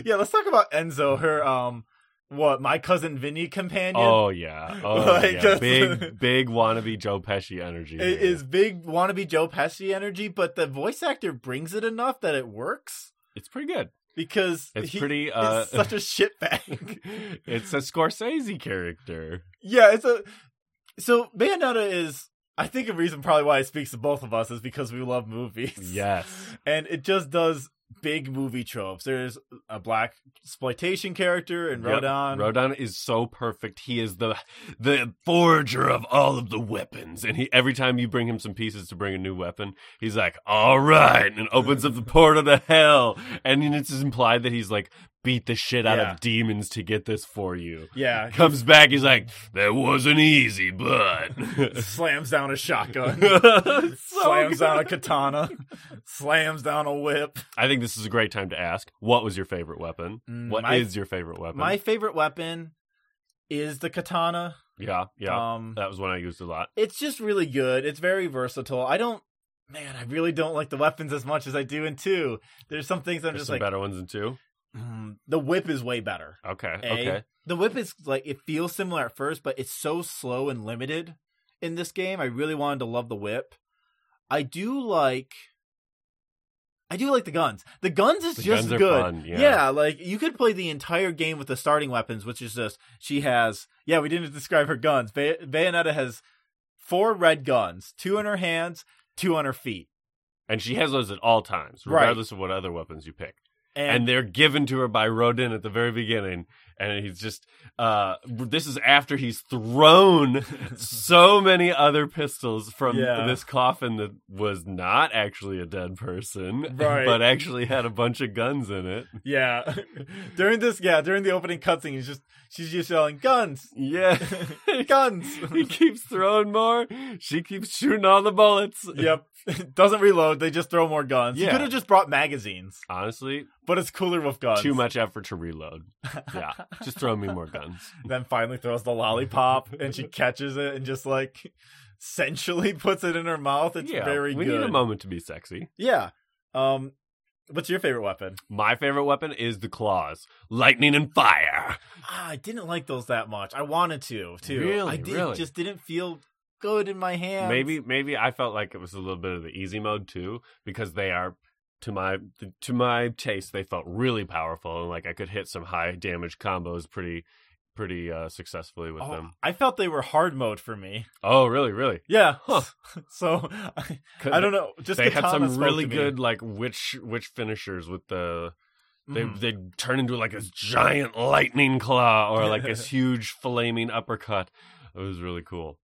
B: yeah, let's talk about Enzo. Her um what my cousin Vinny companion.
A: Oh yeah, oh
B: Like,
A: yeah.
B: that's-
A: big big wannabe Joe Pesci energy.
B: It is big wannabe Joe Pesci energy, but the voice actor brings it enough that it works
A: It's pretty good.
B: because
A: It's
B: he
A: pretty. Uh,
B: is such a shitbag.
A: it's a Scorsese character.
B: yeah, it's a so Bayonetta is. I think a reason probably why it speaks to both of us is because we love movies.
A: Yes.
B: and it just does big movie tropes. There's a black exploitation character in
A: Yep.
B: Rodan.
A: Rodan is so perfect. He is the the forger of all of the weapons, and he every time you bring him some pieces to bring a new weapon, he's like, "All right," and opens up the portal to hell. And then it's implied that he's like beat the shit out
B: Yeah.
A: of demons to get this for you.
B: Yeah,
A: Comes back, he's like, "That wasn't easy, but."
B: slams down a shotgun.
A: So
B: slams
A: good.
B: down a katana, slams down a whip.
A: I think this is a great time to ask. What was your favorite weapon? What
B: Mm,
A: is
B: my-
A: your favorite weapon?
B: My favorite weapon is the katana.
A: yeah, yeah.
B: Um,
A: that was one I used a lot.
B: it's just really good. It's very versatile. I don't, man, I really don't like the weapons as much as I do in two. There's some things I'm
A: There's
B: just
A: some
B: like,
A: better ones than two.
B: mm, the whip is way better.
A: Okay,
B: A.
A: okay.
B: The whip is like it feels similar at first, but it's so slow and limited in this game. I really wanted to love the whip. I do like I do like the guns. The guns is
A: The
B: just
A: guns are
B: good.
A: fun, yeah.
B: like you could play the entire game with the starting weapons, which is just she has yeah, we didn't describe her guns. Bay- Bayonetta has four red guns, two in her hands, two on her feet.
A: And she has those at all times,
B: Right.
A: regardless of what other weapons you pick. And, they're given to her by Rodin at the very beginning. And he's just, uh, this is after he's thrown so many other pistols from
B: Yeah.
A: this coffin that was not actually a dead person,
B: Right.
A: but actually had a bunch of guns in it.
B: yeah. during this yeah, during the opening cutscene, he's just she's just yelling, Guns,
A: Yeah.
B: guns.
A: he keeps throwing more. She keeps shooting all the bullets.
B: yep. Doesn't reload. They just throw more guns. You
A: Yeah.
B: could have just brought magazines,
A: Honestly,
B: but it's cooler with guns.
A: too much effort to reload. Yeah. Just throw me more guns.
B: then finally throws the lollipop, and she catches it and just like sensually puts it in her mouth. It's
A: yeah.
B: very
A: we
B: good.
A: need a moment to be sexy.
B: Yeah. Um, what's your favorite weapon?
A: My favorite weapon is the claws, lightning and fire.
B: Ah, I didn't like those that much. I wanted to too.
A: Really?
B: I did,
A: Really?
B: just didn't feel good in my hands.
A: Maybe maybe I felt like it was a little bit of the easy mode too because they are to my to my taste they felt really powerful and like I could hit some high damage combos pretty pretty uh, successfully with
B: Oh,
A: them.
B: I felt they were hard mode for me.
A: Oh, really, really.
B: Yeah.
A: Huh.
B: So I, I don't know. Just
A: They had
B: katana
A: some
B: spoke
A: really
B: to me.
A: good like witch witch finishers with the They
B: Mhm.
A: they turn into like this giant lightning claw or like this huge flaming uppercut. It was really cool.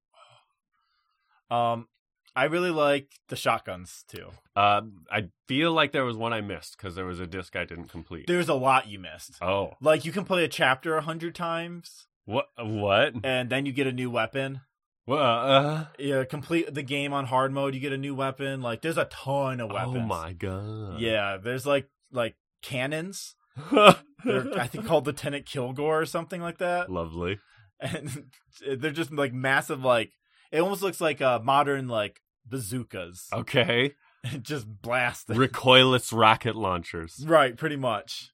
B: Um, I really like the shotguns too.
A: Uh, I feel like there was one I missed because there was a disc I didn't complete.
B: There's a lot you missed.
A: Oh,
B: Like you can play a chapter a hundred times,
A: what? What?
B: and then you get a new weapon.
A: Wha- uh,
B: Yeah, complete the game on hard mode. You get a new weapon. Like there's a ton of weapons.
A: oh my god!
B: Yeah, there's like like cannons. They're I think called Lieutenant Kilgore or something like that.
A: lovely.
B: And they're just like massive. Like it almost looks like uh, modern like bazookas.
A: Oh. Okay,
B: just blast. them.
A: recoilless rocket launchers.
B: Right, pretty much.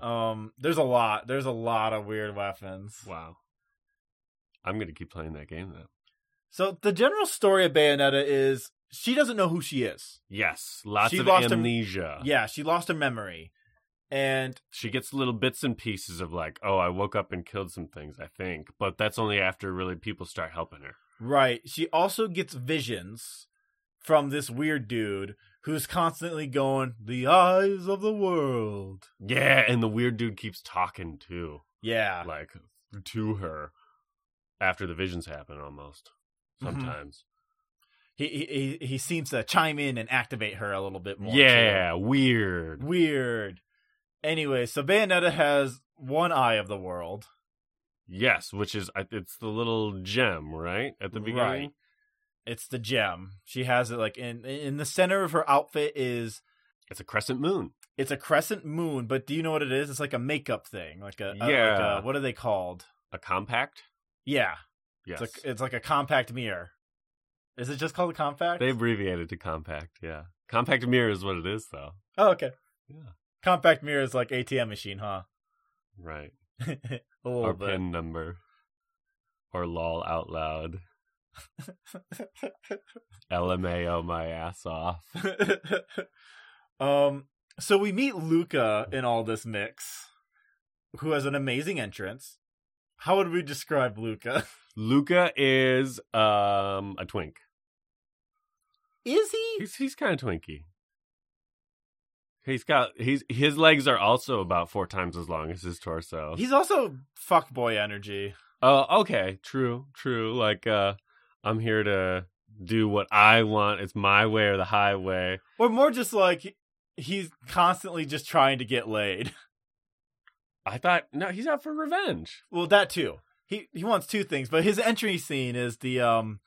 B: Um, there's a lot. There's a lot of weird weapons.
A: Wow. I'm gonna keep playing that game then.
B: So the general story of Bayonetta is she doesn't know who she is.
A: Yes, lots
B: She
A: of
B: lost her-
A: amnesia.
B: Yeah, she lost her memory, and
A: she gets little bits and pieces of like, oh, I woke up and killed some things, I think, but that's only after really people start helping her.
B: right, she also gets visions from this weird dude who's constantly going the eyes of the world.
A: Yeah, and the weird dude keeps talking too.
B: Yeah,
A: like to her after the visions happen almost
B: Mhm.
A: sometimes
B: he he he- he seems to chime in and activate her a little bit more. too.
A: yeah weird
B: weird. Anyway, so Bayonetta has one eye of the world.
A: yes which is I- it's the little gem right at the beginning
B: Right. It's the gem. She has it like in in the center of her outfit is
A: it's a crescent moon
B: it's a crescent moon, but do you know what it is? It's like a makeup thing, like a a- like
A: Yeah.
B: a- what are they called?
A: a compact
B: Yeah,
A: yes
B: it's like it's like a compact mirror. Is it just called a compact?
A: they abbreviated to compact yeah compact mirror is what it is though
B: Oh, okay.
A: Yeah.
B: Compact mirror is like ATM machine, huh?
A: right
B: a little
A: or
B: bit.
A: pin number, or lol out loud. LMAO my ass off.
B: um, so we meet Luca in all this mix, who has an amazing entrance. How would we describe Luca?
A: Luca is um a twink.
B: Is he?
A: He's he's kind of twinky. He's got he's his legs are also about four times as long as his torso.
B: He's also fuckboy energy.
A: Oh, okay, true, true. Like uh I'm here to do what I want. It's my way or the highway.
B: Or more just like he's constantly just trying to get laid.
A: I thought no, he's out for revenge.
B: Well, that too. He he wants two things, but his entry scene is the um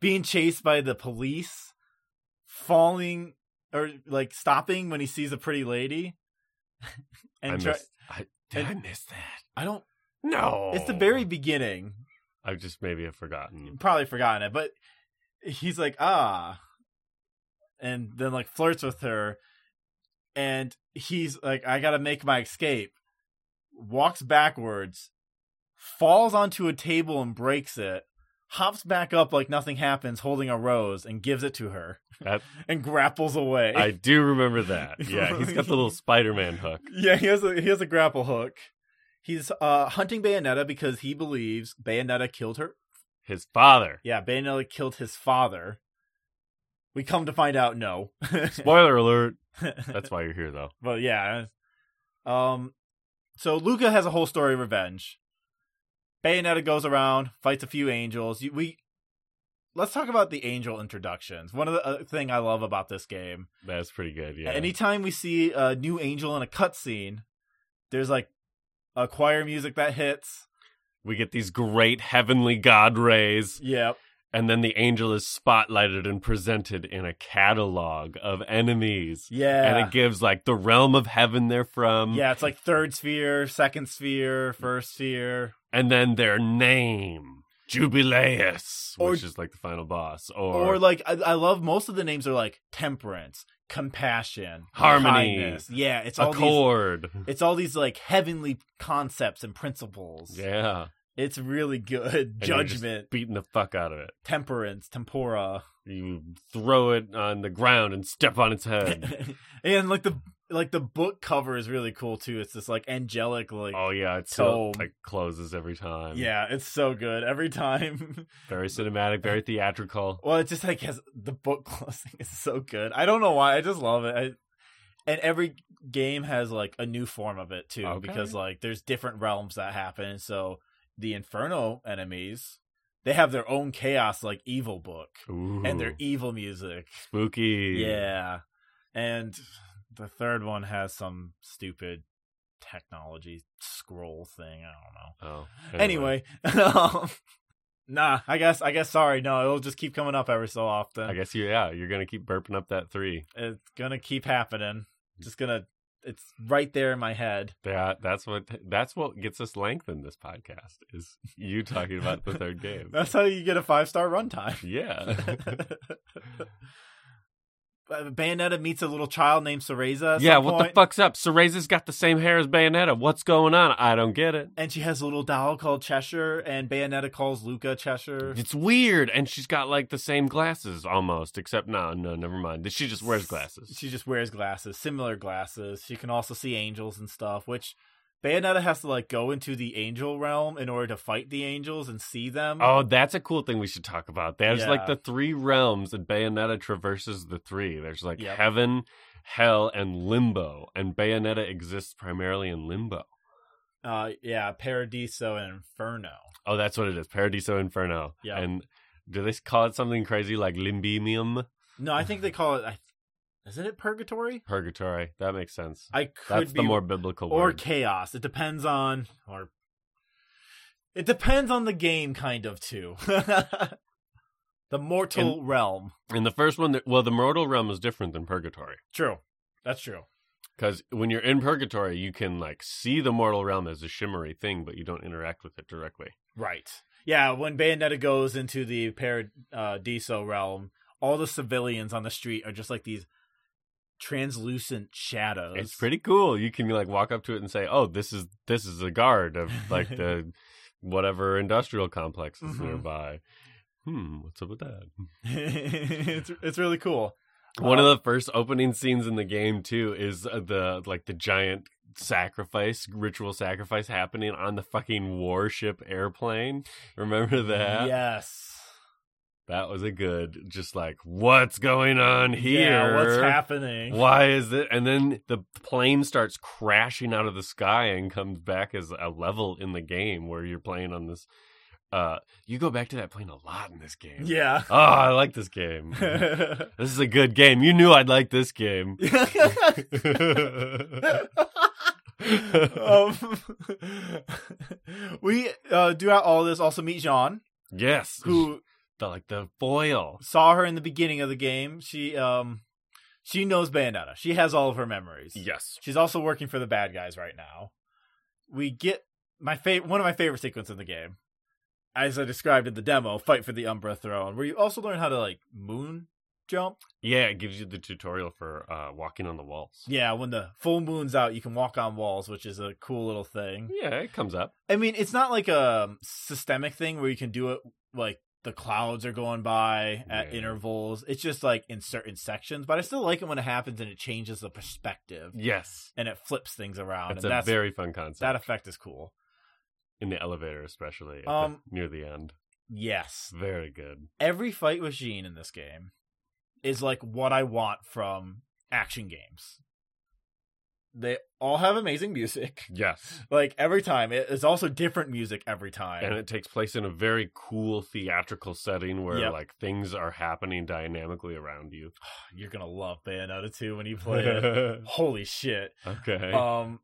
B: being chased by the police, falling or like stopping when he sees a pretty lady.
A: I
B: and
A: miss
B: try-
A: I, did
B: and-
A: I miss that?
B: I don't
A: No.
B: It's the very beginning.
A: I just maybe have forgotten.
B: Probably forgotten it, but he's like, ah. And then like flirts with her. And he's like, I gotta make my escape. Walks backwards, falls onto a table and breaks it, hops back up like nothing happens, holding a rose, and gives it to her
A: That-
B: and grapples away.
A: I do remember that. Yeah, he's got the little Spider-Man hook.
B: Yeah, he has a he has a grapple hook. He's uh hunting Bayonetta because he believes Bayonetta killed her
A: His father.
B: Yeah, Bayonetta killed his father. We come to find out, no.
A: Spoiler alert. That's why you're here though.
B: but yeah. Um, so Luca has a whole story of revenge. Bayonetta goes around, fights a few angels. You- We let's talk about the angel introductions. One of the uh, thing I love about this game.
A: That's pretty good. Yeah.
B: Anytime we see a new angel in a cutscene, there's like a choir music that hits.
A: we get these great heavenly god rays,
B: Yep.
A: and then the angel is spotlighted and presented in a catalog of enemies.
B: Yeah.
A: And it gives like the realm of heaven they're from,
B: yeah, it's like third sphere, second sphere, first sphere.
A: and then their name, Jubileus,
B: Or-
A: which is like the final boss, or,
B: or, like I, I love most of the names are like temperance compassion
A: Harmony.
B: kindness. yeah it's all these
A: Accord.
B: it's all these like heavenly concepts and principles
A: Yeah.
B: it's really good
A: And you're just
B: judgment
A: beating the fuck out of it.
B: temperance tempora
A: You throw it on the ground and step on its head.
B: and like the like the book cover is really cool too it's this like angelic like
A: oh yeah, it still
B: Tome.
A: like closes every time.
B: yeah it's so good every time
A: Very cinematic, very theatrical.
B: Well, it just like has the book closing is so good. I don't know why. I just love it. I, and every game has like a new form of it too,
A: Okay.
B: because like there's different realms that happen. So the Inferno enemies, they have their own chaos like evil book
A: Ooh.
B: and their evil music.
A: spooky.
B: Yeah, and the third one has some stupid technology scroll thing. I don't know
A: Oh.
B: anyway, um, nah i guess i guess sorry no it'll just keep coming up every so often
A: I guess you yeah, you're gonna keep burping up that three.
B: it's gonna keep happening just gonna it's right there in my head
A: That that's what that's what gets us length in this podcast is you talking about the third game.
B: that's how you get a five star runtime Uh,
A: yeah.
B: bayonetta meets a little child named cereza at
A: yeah,
B: some
A: what
B: point,
A: the fuck's up? Cereza's got the same hair as Bayonetta. What's going on? I don't get it.
B: and she has a little doll called cheshire and bayonetta calls luca cheshire
A: It's weird. And she's got like the same glasses almost, except no, no, never mind. She just wears glasses.
B: she just wears glasses similar glasses she can also see angels and stuff which bayonetta has to like go into the angel realm in order to fight the angels and see them
A: Oh, that's a cool thing we should talk about. There's like
B: Yeah.
A: the three realms, and Bayonetta traverses the three. There's like
B: Yep.
A: heaven, hell, and limbo. And Bayonetta exists primarily in limbo.
B: uh yeah paradiso and inferno
A: Oh, that's what it is Paradiso Inferno.
B: Yeah.
A: And do they call it something crazy like limbimium?
B: no i think they call it I, isn't it purgatory
A: Purgatory. That makes sense.
B: i could
A: That's
B: be
A: the more biblical
B: or
A: word.
B: chaos it depends on or it depends on the game kind of too the mortal realm
A: And the first one, that, well, the mortal realm is different than purgatory.
B: true that's true
A: Because when you're in purgatory, you can like see the mortal realm as a shimmery thing, but you don't interact with it directly.
B: Right. Yeah, when Bayonetta goes into the Paradiso realm, all the civilians on the street are just like these translucent shadows.
A: It's pretty cool. You can like walk up to it and say, "Oh, this is this is a guard of like the whatever industrial complex is
B: Mhm.
A: nearby." Hmm, what's up with that?
B: it's it's really cool. Uh,
A: One of the first opening scenes in the game too is uh, the like the giant sacrifice ritual sacrifice happening on the fucking warship airplane. Remember that?
B: Yes.
A: That was a good just like what's going on here?
B: Yeah, what's happening?
A: Why is it? And then the plane starts crashing out of the sky and comes back as a level in the game where you're playing on this. Uh, you go back to that plane a lot in this game.
B: Yeah.
A: Oh, I like this game. this is a good game. You knew I'd like this game.
B: um, we uh, do all this also meet Jean,
A: yes.
B: who
A: the, like the foil.
B: saw her in the beginning of the game. She um she knows Bayonetta. She has all of her memories.
A: Yes.
B: She's also working for the bad guys right now. We get my favorite one of my favorite sequences in the game. As I described in the demo, fight for the Umbra throne, where you also learn how to like moon jump.
A: Yeah, it gives you the tutorial for uh, walking on the walls.
B: Yeah, when the full moon's out, you can walk on walls, which is a cool little thing.
A: Yeah, it comes up.
B: I mean, it's not like a um, systemic thing where you can do it like the clouds are going by at
A: Yeah.
B: intervals. It's just like in certain sections, but I still like it when it happens and it changes the perspective
A: Yes.
B: and it flips things around.
A: It's a
B: and that's
A: very fun concept.
B: that effect is cool.
A: in the elevator, especially at the-
B: Um,
A: near the end.
B: Yes.
A: Very good.
B: Every fight with Jean in this game is like what I want from action games. They all have amazing music.
A: Yes.
B: Like every time, it- it's also different music every time.
A: And it takes place in a very cool theatrical setting where
B: Yep.
A: like things are happening dynamically around you.
B: You're gonna love Bayonetta 2 when you play it.
A: okay.
B: Holy shit! Um,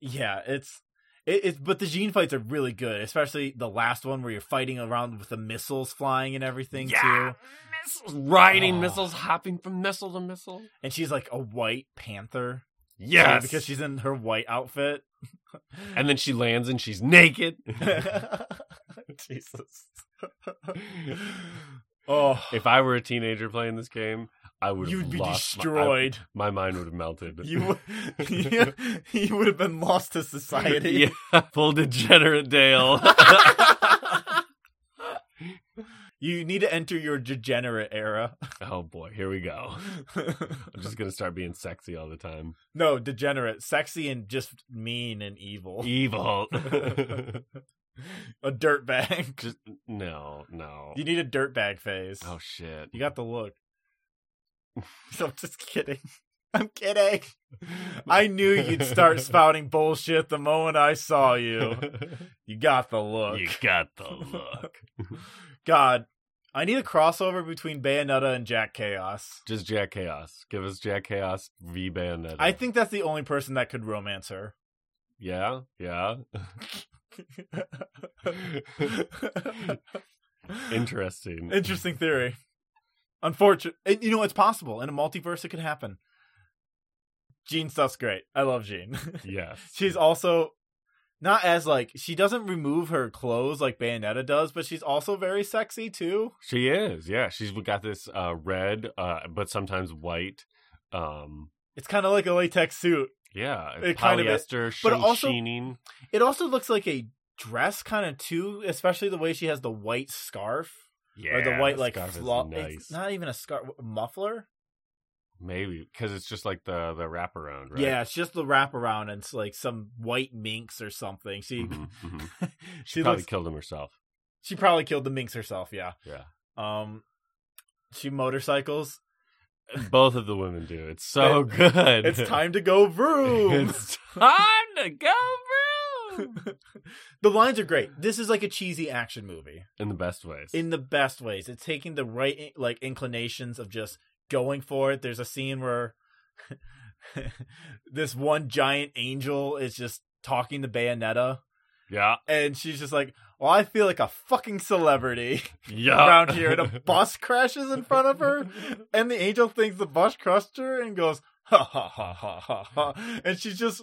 B: yeah, it's it, it's but the Jean fights are really good, especially the last one where you're fighting around with the missiles flying and everything
A: yeah.
B: too.
A: Missiles, riding
B: Oh.
A: missiles, hopping from missile to missile.
B: And she's like a white panther. too,
A: Yes.
B: because she's in her white outfit.
A: and then she lands and she's naked.
B: Jesus. oh,
A: if I were a teenager playing this game, I would
B: you'd
A: have
B: be
A: lost my- I-
B: destroyed.
A: My, mind would have melted.
B: You, you, you would have been lost to society.
A: yeah, full degenerate Dale.
B: You need to enter your degenerate era.
A: oh boy, here we go. I'm just gonna start being sexy all the time.
B: no, degenerate, sexy, and just mean and evil.
A: E- Evil.
B: a dirtbag.
A: Just- no, no.
B: You need a dirtbag phase.
A: Oh shit.
B: You got the look. I'm just kidding. I'm kidding. I knew you'd start spouting bullshit the moment I saw you. You got the look.
A: You got the look.
B: God, I need a crossover between Bayonetta and Jack Chaos.
A: Just Jack Chaos. Give us Jack Chaos v Bayonetta.
B: I think that's the only person that could romance her.
A: Yeah, yeah. Interesting.
B: Interesting theory. Unfortunate. it- You know, it's possible. In a multiverse, it could happen. Jean stuff's great. I love Jean.
A: yes.
B: she's also not as like she doesn't remove her clothes like Bayonetta does, but she's also very sexy too.
A: She is. Yeah, she's got this uh red uh but sometimes white um
B: It's kind of like a latex suit.
A: yeah,
B: It
A: polyester
B: kind of is-
A: sheen-
B: but also-
A: sheening.
B: It also looks like a dress kind of too, especially the way she has the white scarf
A: Yeah.
B: or the white
A: that
B: like
A: scarf is
B: fluff.
A: nice.
B: It's not even a scarf muffler.
A: Maybe cuz it's just like the the wraparound, right?
B: Yeah, it's just the wraparound and it's like some white minx or something. She
A: Mhm, mhm.
B: she
A: Probably
B: looks
A: killed him herself.
B: she probably killed the minx herself. Yeah.
A: Yeah.
B: Um, she motorcycles.
A: Both of the women do. It's so
B: It-
A: good.
B: It's time to go vroom.
A: it's time to go room.
B: the lines are great. This is like a cheesy action movie
A: In the best ways.
B: in the best ways. It's taking the right eh, like inclinations of just going for it. There's a scene where this one giant angel is just talking to Bayonetta,
A: yeah.
B: and she's just like, "Well, I feel like a fucking celebrity
A: Yeah.
B: around here," and a bus crashes in front of her, and the angel thinks the bus crushed her and goes, "Ha ha ha ha ha ha," and she's just.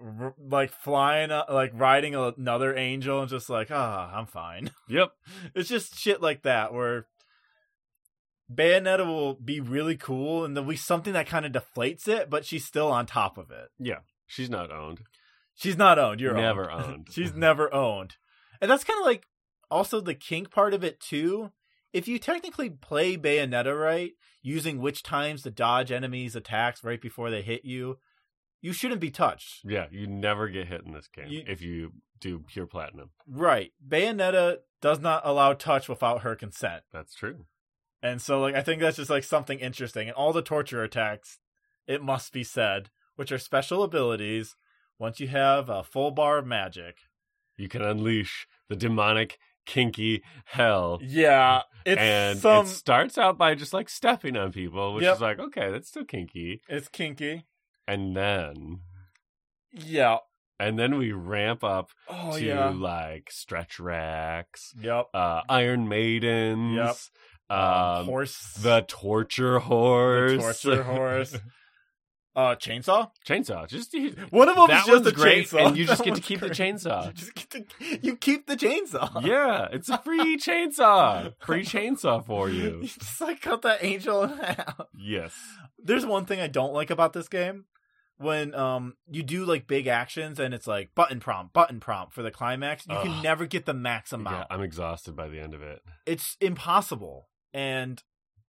B: r- Like flying, uh, like riding another angel, and just like, ah, I'm fine
A: yep.
B: it's just shit like that where Bayonetta will be really cool, and there'll be something that kind of deflates it, but she's still on top of it.
A: She's not owned.
B: She's not owned. You're owned.
A: Never owned.
B: She's never owned. And that's kind of like also the kink part of it too. If you technically play Bayonetta right, using which times to dodge enemies' attacks right before they hit you, you shouldn't be touched.
A: Yeah, you never get hit in this game
B: You-
A: if you do pure platinum.
B: Right. Bayonetta does not allow touch without her consent.
A: That's true.
B: And so like I think that's just like something interesting. And all the torture attacks, it must be said, which are special abilities, once you have a full bar of magic.
A: You can unleash the demonic kinky hell.
B: Yeah. It's
A: and
B: some
A: it starts out by just like stepping on people, which
B: Yep.
A: is like, okay, that's still kinky.
B: it's kinky.
A: And then
B: Yeah.
A: and then we ramp up
B: Oh
A: to
B: yeah.
A: like stretch racks,
B: Yep.
A: uh Iron Maidens,
B: Yep. Uh,
A: um,
B: horse.
A: the torture horse.
B: The torture horse. Uh, chainsaw.
A: chainsaw. Just you,
B: One of them
A: that
B: is just
A: one's
B: a
A: great,
B: chainsaw,
A: and you just
B: That
A: get to
B: one's
A: keep
B: great.
A: the chainsaw.
B: You, just get to- you keep the chainsaw.
A: Yeah, it's a free chainsaw. Free chainsaw for
B: You
A: you.
B: just like cut that angel in half.
A: Yes.
B: There's one thing I don't like about this game. When um you do like big actions and it's like button prompt, button prompt for the climax, you can
A: Ugh.
B: never get the max
A: Yeah,
B: amount.
A: I'm exhausted by the end of it.
B: It's impossible. And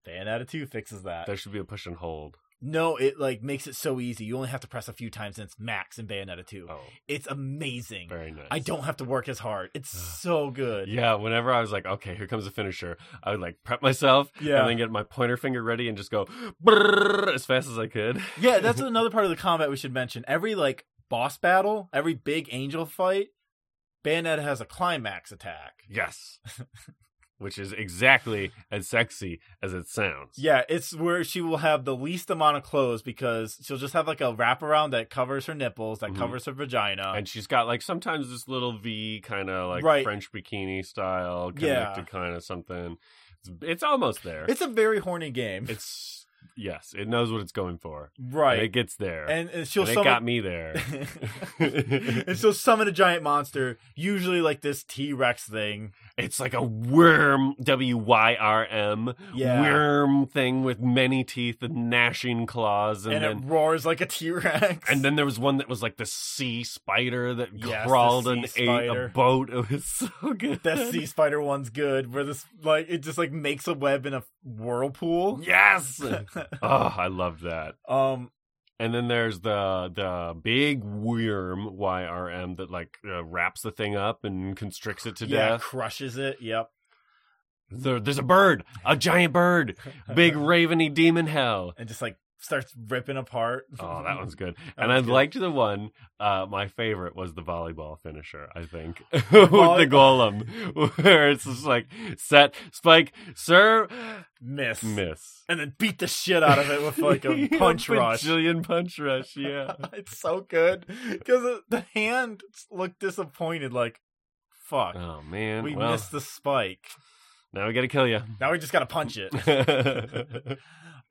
B: Bayonetta 2 fixes that.
A: There should be a push and hold.
B: No, it like makes it so easy. You only have to press a few times and it's max in Bayonetta 2.
A: Oh,
B: It's amazing.
A: very nice.
B: I don't have to work as hard. It's so good.
A: Yeah, whenever I was like, okay, here comes a finisher, I would like prep myself
B: Yeah.
A: and then get my pointer finger ready and just go brrrr as fast as I could.
B: Yeah, that's another part of the combat we should mention. Every like boss battle, every big angel fight, Bayonetta has a climax attack.
A: Yes. Which is exactly as sexy as it sounds.
B: Yeah, it's where she will have the least amount of clothes because she'll just have like a wraparound that covers her nipples, that
A: Mhm.
B: covers her vagina.
A: And she's got like sometimes this little V kind of like
B: Uh, Right.
A: French bikini style
B: Yeah.
A: connected kind of something. It's, it's almost there.
B: it's a very horny game.
A: It's yes, it knows what it's going for.
B: right.
A: And it gets there.
B: and, and she'll
A: And it
B: summon-
A: got me there.
B: and she'll summon a giant monster, usually like this T Rex thing.
A: It's like a worm, W Y R M,
B: Yeah.
A: worm thing with many teeth and gnashing claws, and,
B: And,
A: then
B: it roars like a T Rex.
A: and then there was one that was like the sea spider that
B: Yes, the
A: crawled
B: sea
A: and ate
B: spider.
A: a boat. It was so good.
B: that sea spider one's good, where this like it just like makes a web in a whirlpool.
A: yes. oh, I loved that.
B: um,
A: And then there's the the big worm, Y R M, that like uh, wraps the thing up and constricts it to
B: yeah,
A: death.
B: crushes it. Yep.
A: There, there's a bird, a giant bird, big raveny demon hell.
B: and just like starts ripping apart.
A: Oh, that one's good.
B: That
A: and I
B: one's good.
A: liked the one. Uh, my favorite was the volleyball finisher. I think with the
B: Volley-
A: golem, where it's just like set, spike, serve,
B: miss,
A: miss.
B: and then beat the shit out of it with like a punch rush.
A: bajillion punch rush. Yeah,
B: it's so good because the hand looked disappointed. Like, fuck,
A: Oh man,
B: we
A: well
B: missed the spike.
A: now we gotta kill you.
B: Now we just gotta punch it.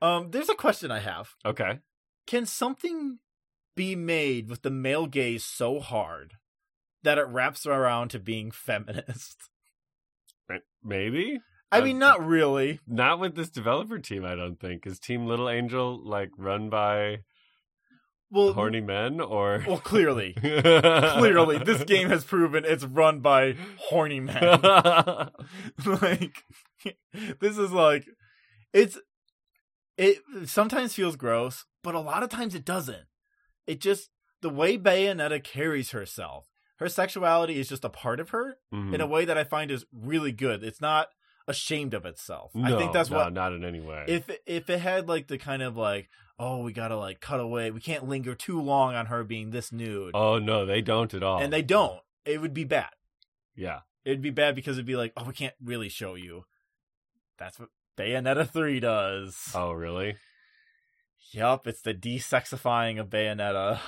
B: um, there's a question I have.
A: okay,
B: Can something be made with the male gaze so hard that it wraps around to being feminist?
A: maybe
B: I mean, not really.
A: not with this developer team. I don't think is Team Little Angel like run by
B: Well,
A: horny men or
B: well, clearly, clearly, this game has proven it's run by horny men. like, this is like, it's it sometimes feels gross, but a lot of times it doesn't. It just the way Bayonetta carries herself. Her sexuality is just a part of her,
A: Mhm.
B: in a way that I find is really good. It's not ashamed of itself. I think that's
A: no,
B: what
A: not in any way.
B: if if it had like the kind of like oh we gotta like cut away we can't linger too long on her being this nude
A: oh no, they don't at all.
B: and they don't it would be bad.
A: yeah,
B: It'd be bad because it'd be like oh we can't really show you. That's what Bayonetta three does.
A: oh really?
B: Yup, it's the desexifying of Bayonetta.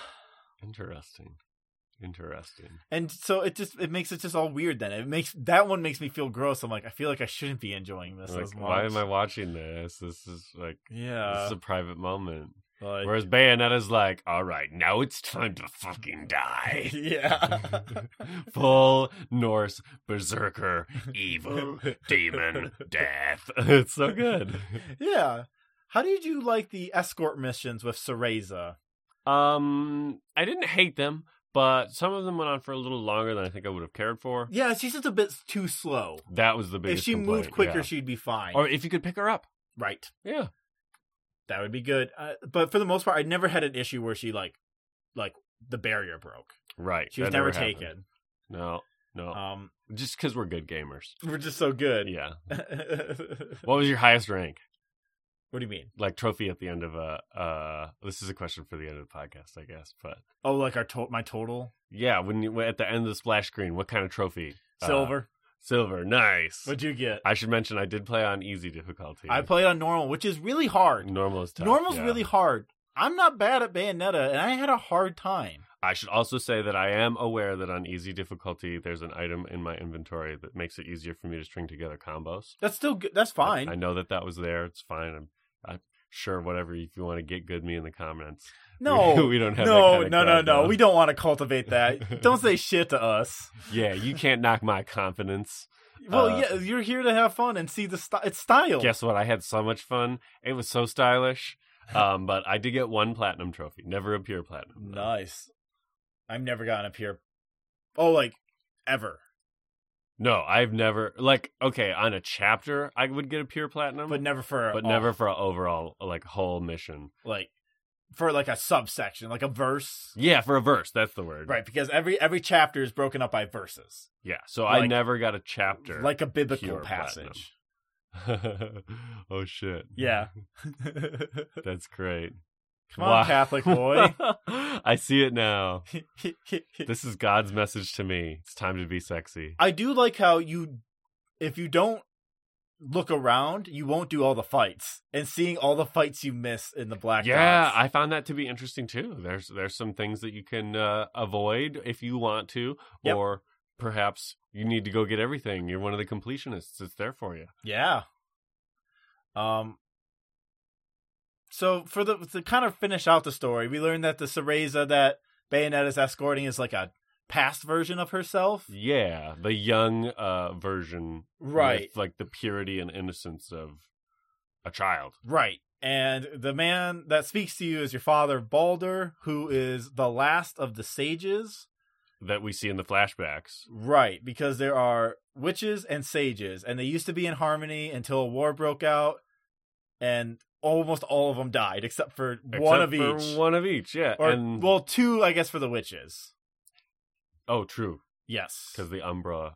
A: Interesting, interesting.
B: And so it just it makes it just all weird then. It makes that one makes me feel gross. I'm like, I feel like I shouldn't be enjoying this
A: Like,
B: as much.
A: why am I watching this? This is like
B: yeah.
A: this is a private moment.
B: Like,
A: Whereas Bayonetta's like, all right, now it's time to fucking die.
B: yeah.
A: Full Norse berserker, evil, demon, death. It's so good.
B: yeah. How did you like the escort missions with Cereza?
A: Um, I didn't hate them, but some of them went on for a little longer than I think I would have cared for.
B: Yeah, she's just a bit too slow.
A: That was the
B: If
A: biggest.
B: she
A: complaint,
B: moved quicker,
A: yeah.
B: she'd be fine.
A: or if you could pick her up.
B: right.
A: Yeah,
B: That would be good. Uh, but for the most part, I never had an issue where she like, like the barrier broke.
A: right.
B: She was
A: That
B: never,
A: happened.
B: taken.
A: No, no.
B: Um,
A: Just because we're good gamers.
B: we're just so good.
A: Yeah.
B: what
A: What was your highest rank?
B: do you mean?
A: Like trophy at the end of a. Uh, this is a question for the end of the podcast, I guess. But
B: Oh, like our to- my total
A: yeah, when you at the end of the splash screen, what kind of trophy? Uh,
B: silver.
A: silver. Nice.
B: What'd you get?
A: I should mention I did play on easy difficulty.
B: I played on normal, which is really hard.
A: normal is tough.
B: Normal's
A: yeah.
B: really hard. I'm not bad at Bayonetta, and I had a hard time.
A: I should also say that I am aware that on easy difficulty, there's an item in my inventory that makes it easier for me to string together combos.
B: That's still good. That's fine.
A: I, I know that that was there. It's fine. I'm, I'm sure whatever. If you want to get good me in the comments,
B: no,
A: we don't have
B: no,
A: that kind of
B: no, no, no.
A: crackdown.
B: We don't want to cultivate that. don't say shit to us.
A: yeah, you can't knock my confidence.
B: Well,
A: Uh,
B: yeah, you're here to have fun and see the style. It's style.
A: Guess what? I had so much fun. It was so stylish. Um, but I did get one platinum trophy, never a pure platinum. though.
B: Nice. I've never gotten up here. Oh, like ever.
A: No, I've never like okay on a chapter I would get a pure platinum,
B: But never for a-
A: but never for an overall like whole mission.
B: like for like a subsection, like a verse.
A: Yeah, for a verse. That's the word.
B: Right, because every every chapter is broken up by verses.
A: Yeah. So I
B: Like-
A: never got a chapter.
B: Like a biblical
A: Pure
B: passage.
A: oh shit.
B: Yeah.
A: That's great.
B: Come on,
A: Wow.
B: Catholic boy.
A: I see it now. This is God's message to me. It's time to be sexy.
B: I do like how you if you don't look around, you won't do all the fights. And seeing all the fights you miss in the black
A: yeah,
B: dots.
A: I found that to be interesting too. There's there's some things that you can uh, avoid if you want to,
B: Yep.
A: or perhaps you need to go get everything. You're one of the completionists. It's there for you.
B: Yeah. Um. So for the to kind of finish out the story, we learned that the Cereza that Bayonetta is escorting is like a past version of herself.
A: Yeah, the young uh, version, with, like the purity and innocence of a child.
B: Right. And the man that speaks to you is your father Balder, who is the last of the sages.
A: that we see in the flashbacks.
B: Right, because there are witches and sages, and they used to be in harmony until a war broke out, and almost all of them died except for
A: Except
B: one of
A: for
B: each.
A: One of each, yeah.
B: or
A: and,
B: well, two, I guess, for the witches.
A: oh, true,
B: Yes,
A: because the Umbra,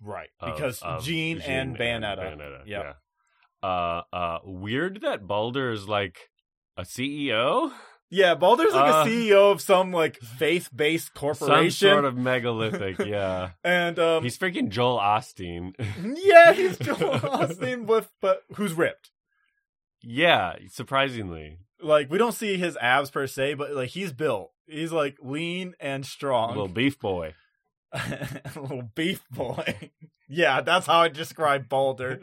B: right,
A: of-
B: because
A: of
B: Jean, and Bayonetta.
A: yeah.
B: Yeah.
A: Uh, uh, weird that Balder is like a E CEO,
B: Yeah, Balder's like
A: Uh,
B: a CEO of some like faith-based
A: some
B: corporation,
A: sort of megalithic. yeah,
B: and um,
A: he's freaking Joel Osteen.
B: yeah, he's Joel Austin with, but who's ripped.
A: yeah, surprisingly,
B: Like we don't see his abs per se, but like he's built. He's like lean and strong.
A: little beef boy.
B: little beef boy. yeah, that's how I describe Balder.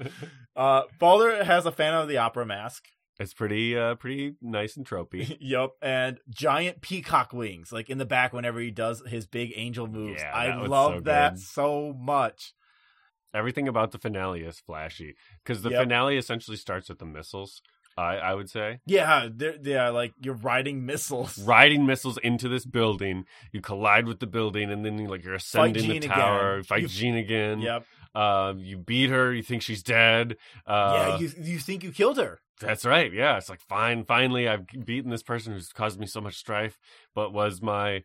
B: Uh, Balder has a Phantom of the Opera mask.
A: It's pretty, uh, pretty nice and tropey.
B: yep, and giant peacock wings, like in the back whenever he does his big angel moves.
A: Yeah, that
B: I
A: was
B: love
A: so
B: that
A: good.
B: so much.
A: Everything about the finale is flashy because the
B: Yep.
A: finale essentially starts with the missiles. I, I would say.
B: Yeah, they're, yeah, like you're riding missiles.
A: riding missiles into this building. You collide with the building, and then you like you're ascending
B: Jean
A: the tower.
B: again.
A: Fight
B: You-
A: Jean again.
B: Yep.
A: Um, you beat her. You think she's dead.
B: yeah,
A: Uh,
B: you you think you killed her?
A: that's right. Yeah, it's like fine. Finally, I've beaten this person who's caused me so much strife, but was my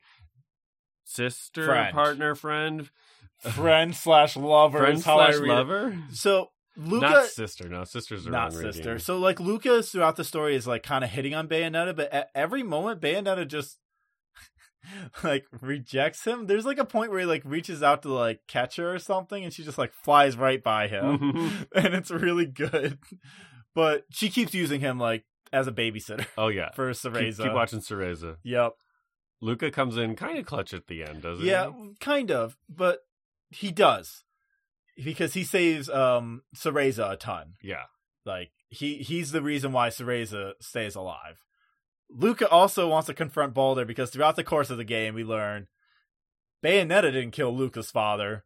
A: sister,
B: Friend.
A: partner, friend,
B: Friend slash lover.
A: friend
B: is how I
A: slash
B: read it.
A: lover.
B: So Luca,
A: Not sister. No, sisters are
B: not
A: wrong reading.
B: sister. So like Lucas throughout the story is like kind of hitting on Bayonetta, but at every moment Bayonetta just like rejects him. There's like a point where he like reaches out to like catch her or something, and she just like flies right by him,
A: Mhm.
B: and it's really good. But she keeps using him like as a babysitter
A: Oh yeah.
B: for
A: Keep,
B: Cereza.
A: keep watching Cereza.
B: Yep.
A: Luca comes in kind of clutch at the end, doesn't he?
B: Yeah, kind of, but he does because he saves um Cereza a ton.
A: Yeah.
B: Like he he's the reason why Cereza stays alive. Luca also wants to confront Balder because throughout the course of the game, we learn Bayonetta didn't kill Luca's father.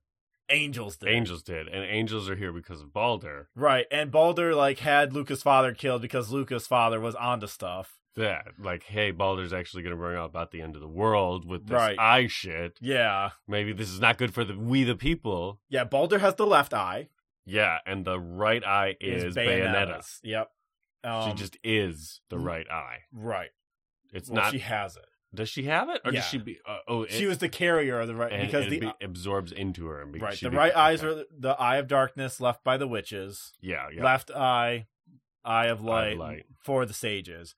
B: Angels did.
A: Angels did, and angels are here because of Balder.
B: Right. And Balder, like, had Luca's father killed because Luca's father was onto stuff.
A: That, like, hey, Balder's actually going to bring about the end of the world with this
B: Right.
A: eye shit.
B: Yeah.
A: Maybe this is not good for the we the people.
B: Yeah. Balder has the left eye.
A: Yeah, and the right eye is, Bayonetta.
B: Bayonetta's. Yep. Um,
A: she just is the
B: mm.
A: right eye.
B: Right.
A: It's
B: well,
A: not.
B: She has it.
A: does she have it, or
B: Yeah.
A: does she be? Uh, oh, it,
B: she was the carrier of the right.
A: and
B: Because
A: it
B: the.
A: be- absorbs into her. And be-
B: Right.
A: she
B: The
A: be-
B: right eyes
A: okay.
B: are the eye of darkness left by the witches.
A: Yeah, yeah.
B: Left eye, eye of
A: Eye
B: light,
A: of light.
B: for the sages.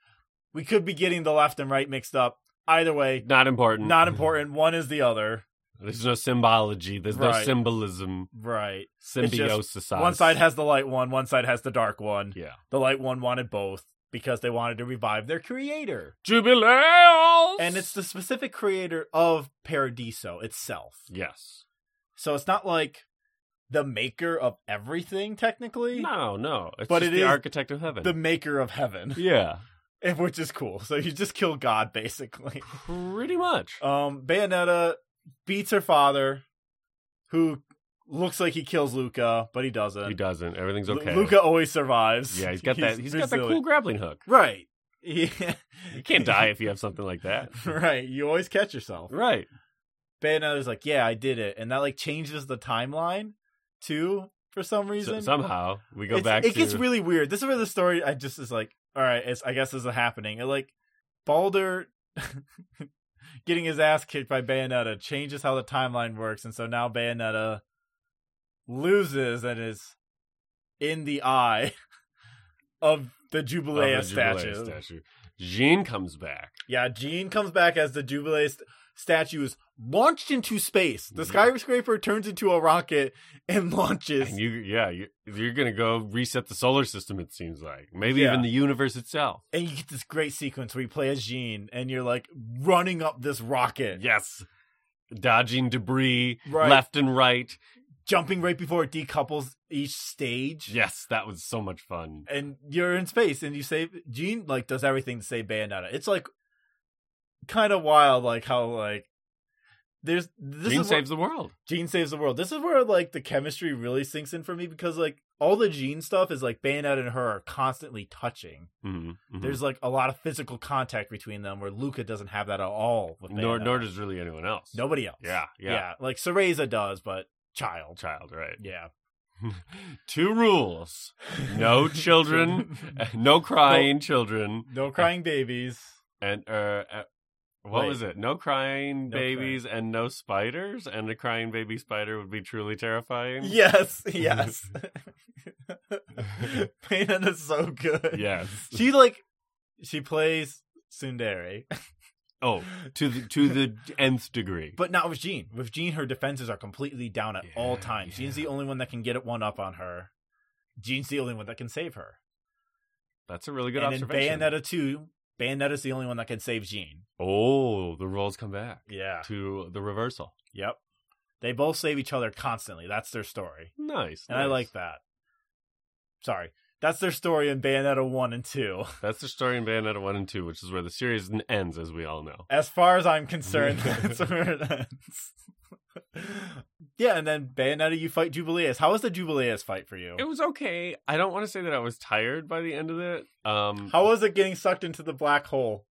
B: We could be getting the left and right mixed up. Either way,
A: Not important.
B: not important. One is the other.
A: There's no symbology. There's no
B: Right.
A: symbolism.
B: Right. just
A: Symbiosis.
B: One side has the light one, one side has the dark one.
A: Yeah.
B: The light one wanted both because they wanted to revive their creator.
A: Jubileals!
B: And it's the specific creator of Paradiso itself.
A: Yes.
B: So it's not like the maker of everything, technically,
A: No, no. It's
B: But
A: just
B: it
A: the
B: is
A: architect of heaven.
B: the maker of heaven,
A: yeah.
B: which is cool. So you just kill God, basically.
A: Pretty much.
B: Um, Bayonetta beats her father, who looks like he kills Luca, but he doesn't.
A: he doesn't. Everything's
B: Lu-
A: okay.
B: Luca always survives.
A: Yeah, he's got that. He's got that cool grappling hook.
B: Right. Yeah.
A: You can't die if you have something like that.
B: right. You always catch yourself.
A: Right.
B: Bayonetta's like, yeah, I did it, and that like changes the timeline too for some
A: So,
B: reason.
A: somehow we go
B: It's-
A: back.
B: It
A: to,
B: gets really weird. This is where the story. I just is like, all right, it's, I guess this is happening. It, like Balder getting his ass kicked by Bayonetta changes how the timeline works, and so now Bayonetta loses and is in the eye of the
A: of
B: Jubilee
A: Oh, the Jubilee
B: statue.
A: statue. Jean comes back.
B: Yeah, Jean comes back as the Jubilee st- statue is launched into space. The
A: Yeah.
B: skyscraper turns into a rocket and launches.
A: And you, yeah, you, you're gonna go reset the solar system. It seems like maybe
B: Yeah.
A: even the universe itself.
B: and you get this great sequence where you play as Jean and you're like running up this rocket,
A: Yes, dodging debris
B: Right.
A: left and right.
B: jumping right before it decouples each stage.
A: Yes, that was so much fun.
B: And you're in space and you save Jean like does everything to save Bayonetta. It's like kind of wild like how like there's
A: Jean
B: this is what-
A: saves the world.
B: Gene saves the world. This is where like the chemistry really sinks in for me because like all the Gene stuff is like Bayonetta and her are constantly touching.
A: Mhm, mhm.
B: There's like a lot of physical contact between them where Luca doesn't have that at all. With
A: nor
B: Bayonetta.
A: nor does really anyone else.
B: nobody else.
A: Yeah, yeah.
B: Like Cereza does, but child.
A: Child, right?
B: Yeah.
A: Two rules: no children, no crying children,
B: no crying babies.
A: and uh, uh, what
B: Wait.
A: was it? No crying
B: No
A: babies and no spiders. And a crying baby spider would be truly terrifying.
B: Yes, yes. Bayonetta's so good.
A: Yes.
B: She like she plays Sundari.
A: Oh, to the to the nth degree.
B: But not with Jean. With Jean, her defenses are completely down at
A: Yeah,
B: all times. Jean's
A: yeah.
B: the only one that can get one up on her. Jean's the only one that can save her.
A: That's a really good
B: and in
A: observation.
B: Bayonetta 2, Bayonetta's the only one that can save Jean.
A: oh, the roles come back
B: Yeah.
A: to the reversal.
B: Yep. They both save each other constantly. That's their story.
A: Nice.
B: And I like that. Sorry. That's their story in Bayonetta 1 and 2.
A: That's the story in Bayonetta 1 and 2, which is where the series n- ends, as we all know.
B: As far as I'm concerned, that's where it ends. yeah, and then Bayonetta, you fight Jubileus. How was the Jubileus fight for you?
A: It was okay. I don't want to say that I was tired by the end of it. Um,
B: How was it getting sucked into the black hole?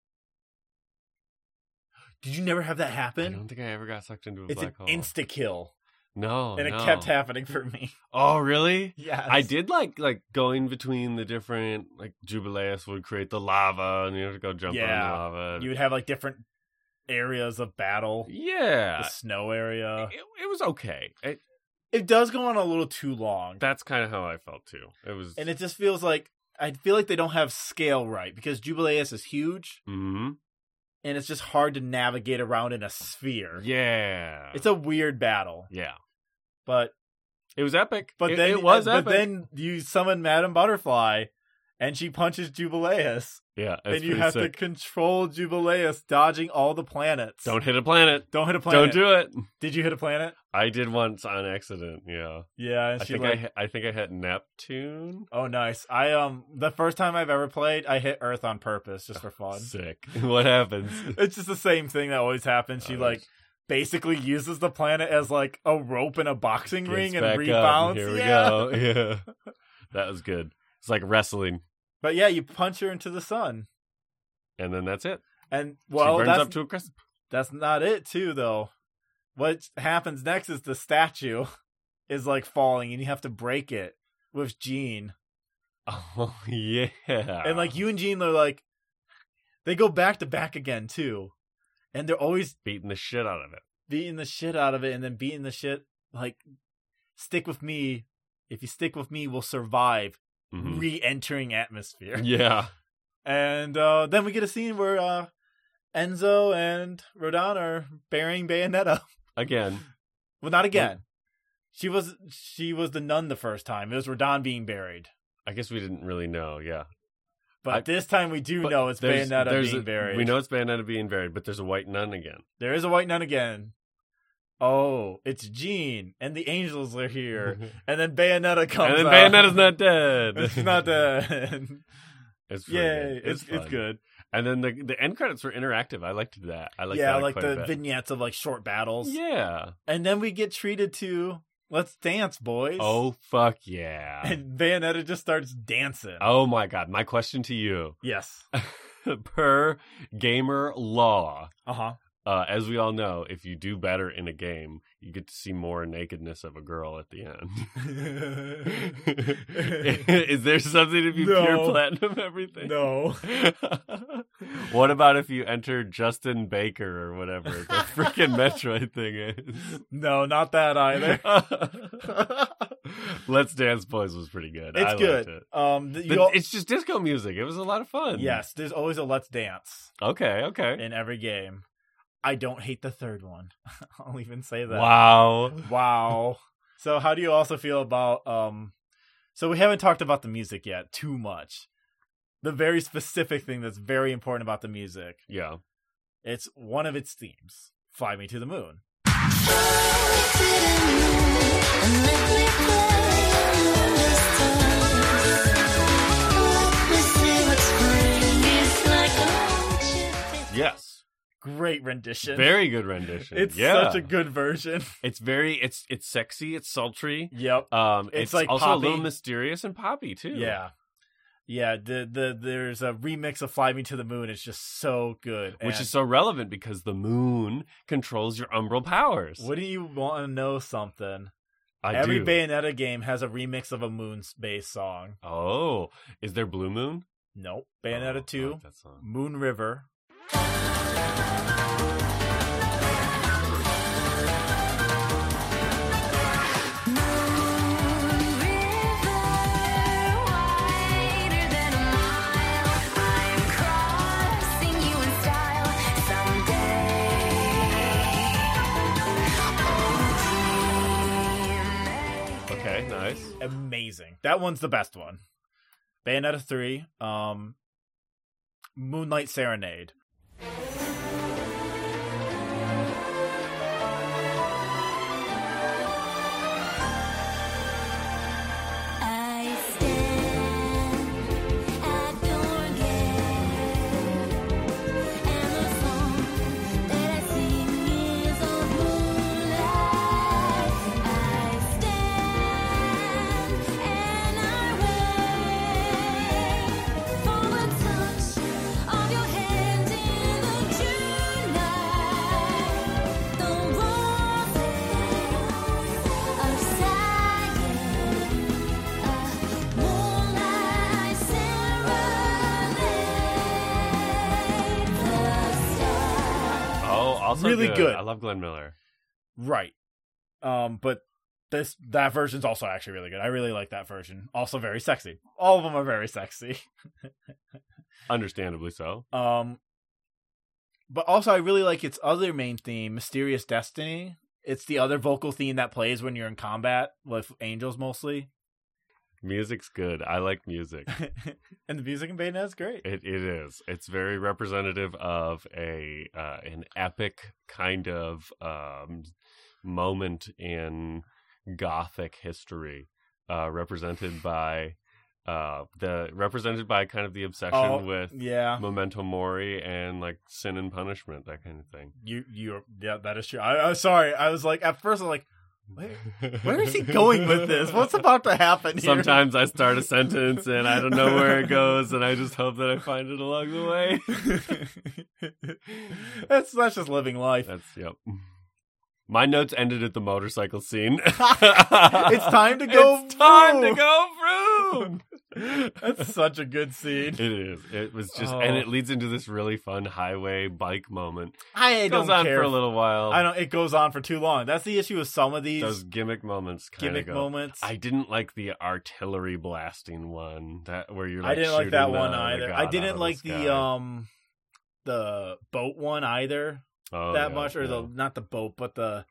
B: Did you never have that
A: I
B: happen?
A: don't think I ever got sucked into a
B: It's
A: black hole.
B: an insta kill,
A: no.
B: and it
A: no.
B: kept happening for me.
A: Oh, really?
B: Yeah,
A: I did like like going between the different like Jubileus would create the lava and you have to go jump
B: Yeah.
A: on the lava.
B: You would have like different areas of battle.
A: yeah.
B: The snow area.
A: It, it was okay. It,
B: It does go on a little too long,
A: that's kind of how I felt too. It was
B: and it just feels like I feel like they don't have scale right because Jubileus is huge,
A: Mhm.
B: and it's just hard to navigate around in a sphere.
A: Yeah.
B: It's a weird battle,
A: yeah.
B: but
A: It was epic.
B: But
A: it,
B: then
A: it was
B: but
A: epic.
B: then you summon Madame Butterfly, and she punches Jubileus,
A: Yeah, that's
B: and you
A: pretty
B: have
A: sick.
B: to control Jubileus, dodging all the planets.
A: Don't hit a planet.
B: don't hit a
A: Don't
B: planet.
A: do it.
B: Did you hit a planet?
A: I did once on accident. Yeah,
B: Yeah, and
A: I
B: she
A: think
B: like,
A: I hit- I think I hit Neptune.
B: oh nice. I um, the first time I've ever played, I hit Earth on purpose just for fun.
A: Sick. What happens?
B: it's just the same thing that always happens. She
A: Uh,
B: like basically uses the planet as like a rope in a boxing
A: gets
B: ring and
A: back up,
B: rebounds.
A: Here we
B: Yeah.
A: go. Yeah, that was good. It's like wrestling,
B: But yeah, you punch her into the sun,
A: and then that's it.
B: and well,
A: she burns
B: that's
A: up to a crisp.
B: that's not it too though. What happens next is the statue is like falling, and you have to break it with Jean,
A: Oh yeah.
B: and
A: Ah.
B: like you and Jean are like they go back to back again too, and they're always
A: beating the shit out of it.
B: beating the shit out of it and then beating the shit like stick with me if you stick with me we'll survive
A: Mhm.
B: re-entering atmosphere
A: Yeah.
B: and uh, then we get a scene where uh, enzo and rodan are burying bayonetta
A: Again.
B: well not again she was she was the nun the first time it was rodan being buried
A: I guess we didn't really know. Yeah.
B: but
A: I-
B: this time we do
A: But
B: know it's
A: there's-
B: bayonetta
A: there's
B: being
A: a-
B: buried
A: We know it's Bayonetta being buried, but there's a white nun again.
B: there is a white nun again oh it's jean and the angels are here and then bayonetta comes
A: and then
B: out.
A: Bayonetta's not dead.
B: it's not uh, dead.
A: It's pretty
B: Yay,
A: good.
B: it's it's
A: fun.
B: good.
A: And then the the end credits were interactive. I liked that. I liked
B: yeah,
A: that
B: like
A: quite a
B: the
A: bit.
B: vignettes of like short battles.
A: Yeah.
B: And then we get treated to "Let's Dance, Boys."
A: Oh fuck yeah.
B: and Bayonetta just starts dancing.
A: Oh my god. My question to you.
B: yes.
A: per gamer law,
B: Uh huh.
A: uh, as we all know, if you do better in a game, you get to see more nakedness of a girl at the end. Is there something if you pure
B: No.
A: platinum everything?
B: no.
A: what about if you enter Justin Baker or whatever the freaking Metroid thing
B: No, not that either.
A: is? Let's Dance Boys was pretty good. I
B: It's
A: liked
B: good.
A: it.
B: Um, th- you
A: The-
B: all-
A: it's just disco music. It was a lot of fun.
B: yes, there's always a "Let's Dance"
A: Okay. Okay.
B: in every game. I don't hate the third one. I'll even say that.
A: Wow.
B: Wow. so how do you also feel about um so we haven't talked about the music yet too much. The very specific thing that's very important about the music.
A: Yeah.
B: It's one of its themes. Fly me to the moon.
A: Yes.
B: Great rendition.
A: Very good rendition.
B: it's
A: yeah.
B: such a good version.
A: It's very. It's it's sexy. It's sultry.
B: yep.
A: Um. It's,
B: It's like
A: also a little
B: poppy.
A: mysterious and poppy too.
B: Yeah. Yeah, the the there's a remix of Fly Me to the Moon. It's just so good.
A: Which
B: And
A: is so relevant because the moon controls your umbral powers.
B: wouldn't you want to know something?
A: I
B: Every
A: do.
B: Bayonetta game has a remix of a moon space song.
A: Oh, is there Blue Moon?
B: Nope. Bayonetta
A: Oh, I
B: 2,
A: like that song.
B: Moon River.
A: Okay, nice.
B: Amazing. That one's the best one. Bayonetta 3, um, Moonlight Serenade.
C: I stand at your gate, and the song that I sing is of moonlight. I stand and I wait for the touch of your hand in the June night. The roses of Zion.
A: Oh, also
B: Really good.
A: I love Glenn Miller.
B: Right. Um, but this that version's also actually really good. I really like that version. Also very sexy. All of them are very sexy.
A: Understandably so.
B: Um, but also I really like its other main theme, Mysterious Destiny. It's the other vocal theme that plays when you're in combat with angels mostly.
A: Music's good. I like music.
B: and the music in Bayonetta is great.
A: It, it is. It's very representative of a uh, an epic kind of um, moment in Gothic history, uh, represented by uh, the represented by kind of the obsession
B: Oh,
A: with
B: yeah.
A: Memento Mori and like sin and punishment, that kind of thing.
B: You, you, yeah, that is true. I, I was sorry. I was like, at first, I'm like, where, where is he going with this? What's about to happen here?
A: Sometimes I start a sentence and I don't know where it goes, and I just hope that I find it along the way.
B: that's that's just living life.
A: That's yep. My notes ended at the motorcycle scene.
B: It's time to go.
A: It's time to
B: through.
A: go through.
B: That's such a good scene.
A: it is. It was just, and
B: Oh.
A: it leads into this really fun highway bike moment.
B: I
A: It goes
B: don't
A: on
B: care.
A: for a little while.
B: I don't. It goes on for too long. That's the issue with some of these
A: Those gimmick moments, kind of
B: gimmick
A: go.
B: moments.
A: I didn't like the artillery blasting one that where you're. Like
B: I didn't like
A: shooting
B: that
A: the-
B: one
A: the
B: either.
A: god
B: I
A: out of
B: didn't like the,
A: sky.
B: um the boat one either
A: Oh,
B: that
A: yeah,
B: much, or the
A: yeah.
B: not the boat, but the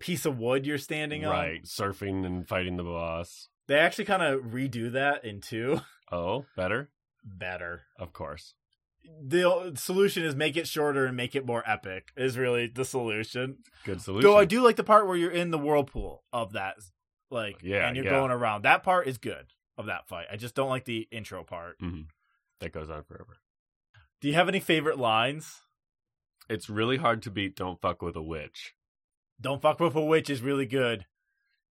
B: piece of wood you're standing on.
A: right surfing and fighting the boss.
B: They actually kind of redo that in two.
A: Oh, better,
B: Better.
A: of course.
B: The solution is make it shorter and make it more epic. Is really the solution.
A: Good solution.
B: Though I do like the part where you're in the whirlpool of that, like,
A: Yeah,
B: and you're
A: yeah.
B: going around. That part is good of that fight. I just don't like the intro part.
A: Mm-hmm. that goes on forever.
B: Do you have any favorite lines?
A: It's really hard to beat. Don't fuck with a witch.
B: Don't fuck with a witch is really
A: Uh,
B: good.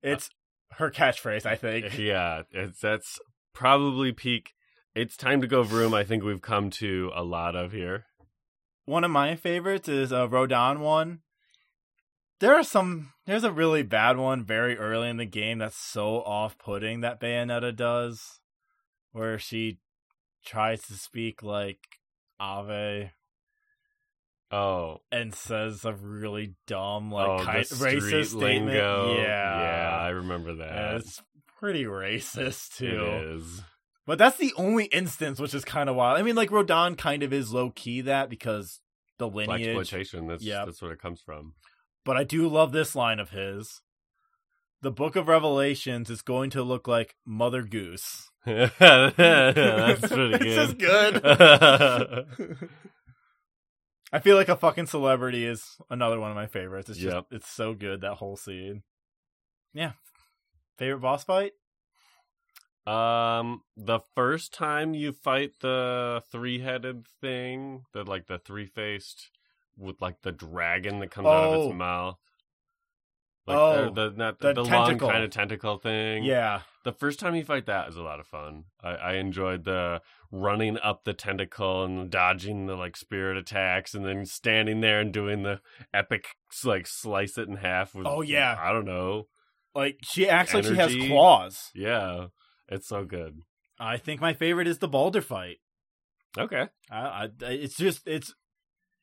B: It's her catchphrase, I think.
A: yeah, it's, that's probably peak. It's time to go vroom. I think we've come to a lot of here.
B: One of my favorites is a Rodan one. There are some. There's a really bad one very early in the game that's so off-putting that Bayonetta does, where she tries to speak like Ave
A: Oh,
B: and says a really dumb, like
A: oh,
B: kind,
A: the street
B: racist statement.
A: lingo. yeah,
B: Yeah,
A: I remember that.
B: And it's pretty racist too.
A: It is.
B: But that's the only instance, which is kind of wild. I mean, like Rodan kind of is low key that because the
A: Black
B: lineage.
A: exploitation. That's
B: Yep.
A: that's what it comes from.
B: But I do love this line of his. The Book of Revelations is going to look like Mother Goose.
A: that's pretty
B: It's just
A: good.
B: good. I feel like a fucking celebrity is another one of my favorites. It's just
A: Yep.
B: it's so good that whole scene. Yeah. Favorite boss fight?
A: Um, the first time you fight the three-headed thing, the like the three-faced with like the dragon that comes out of
B: Oh.
A: its mouth. Like,
B: Oh,
A: or the not,
B: the
A: the, long
B: tentacle.
A: kind of tentacle thing.
B: Yeah.
A: the first time you fight that is a lot of fun. I, I enjoyed the running up the tentacle and dodging the like spirit attacks, and then standing there and doing the epic like slice it in half. With,
B: Oh, yeah.
A: I don't know.
B: Like she acts like she has
A: Energy.
B: claws.
A: Yeah, it's so good.
B: I think my favorite is the Balder fight.
A: Okay.
B: I, I, it's just it's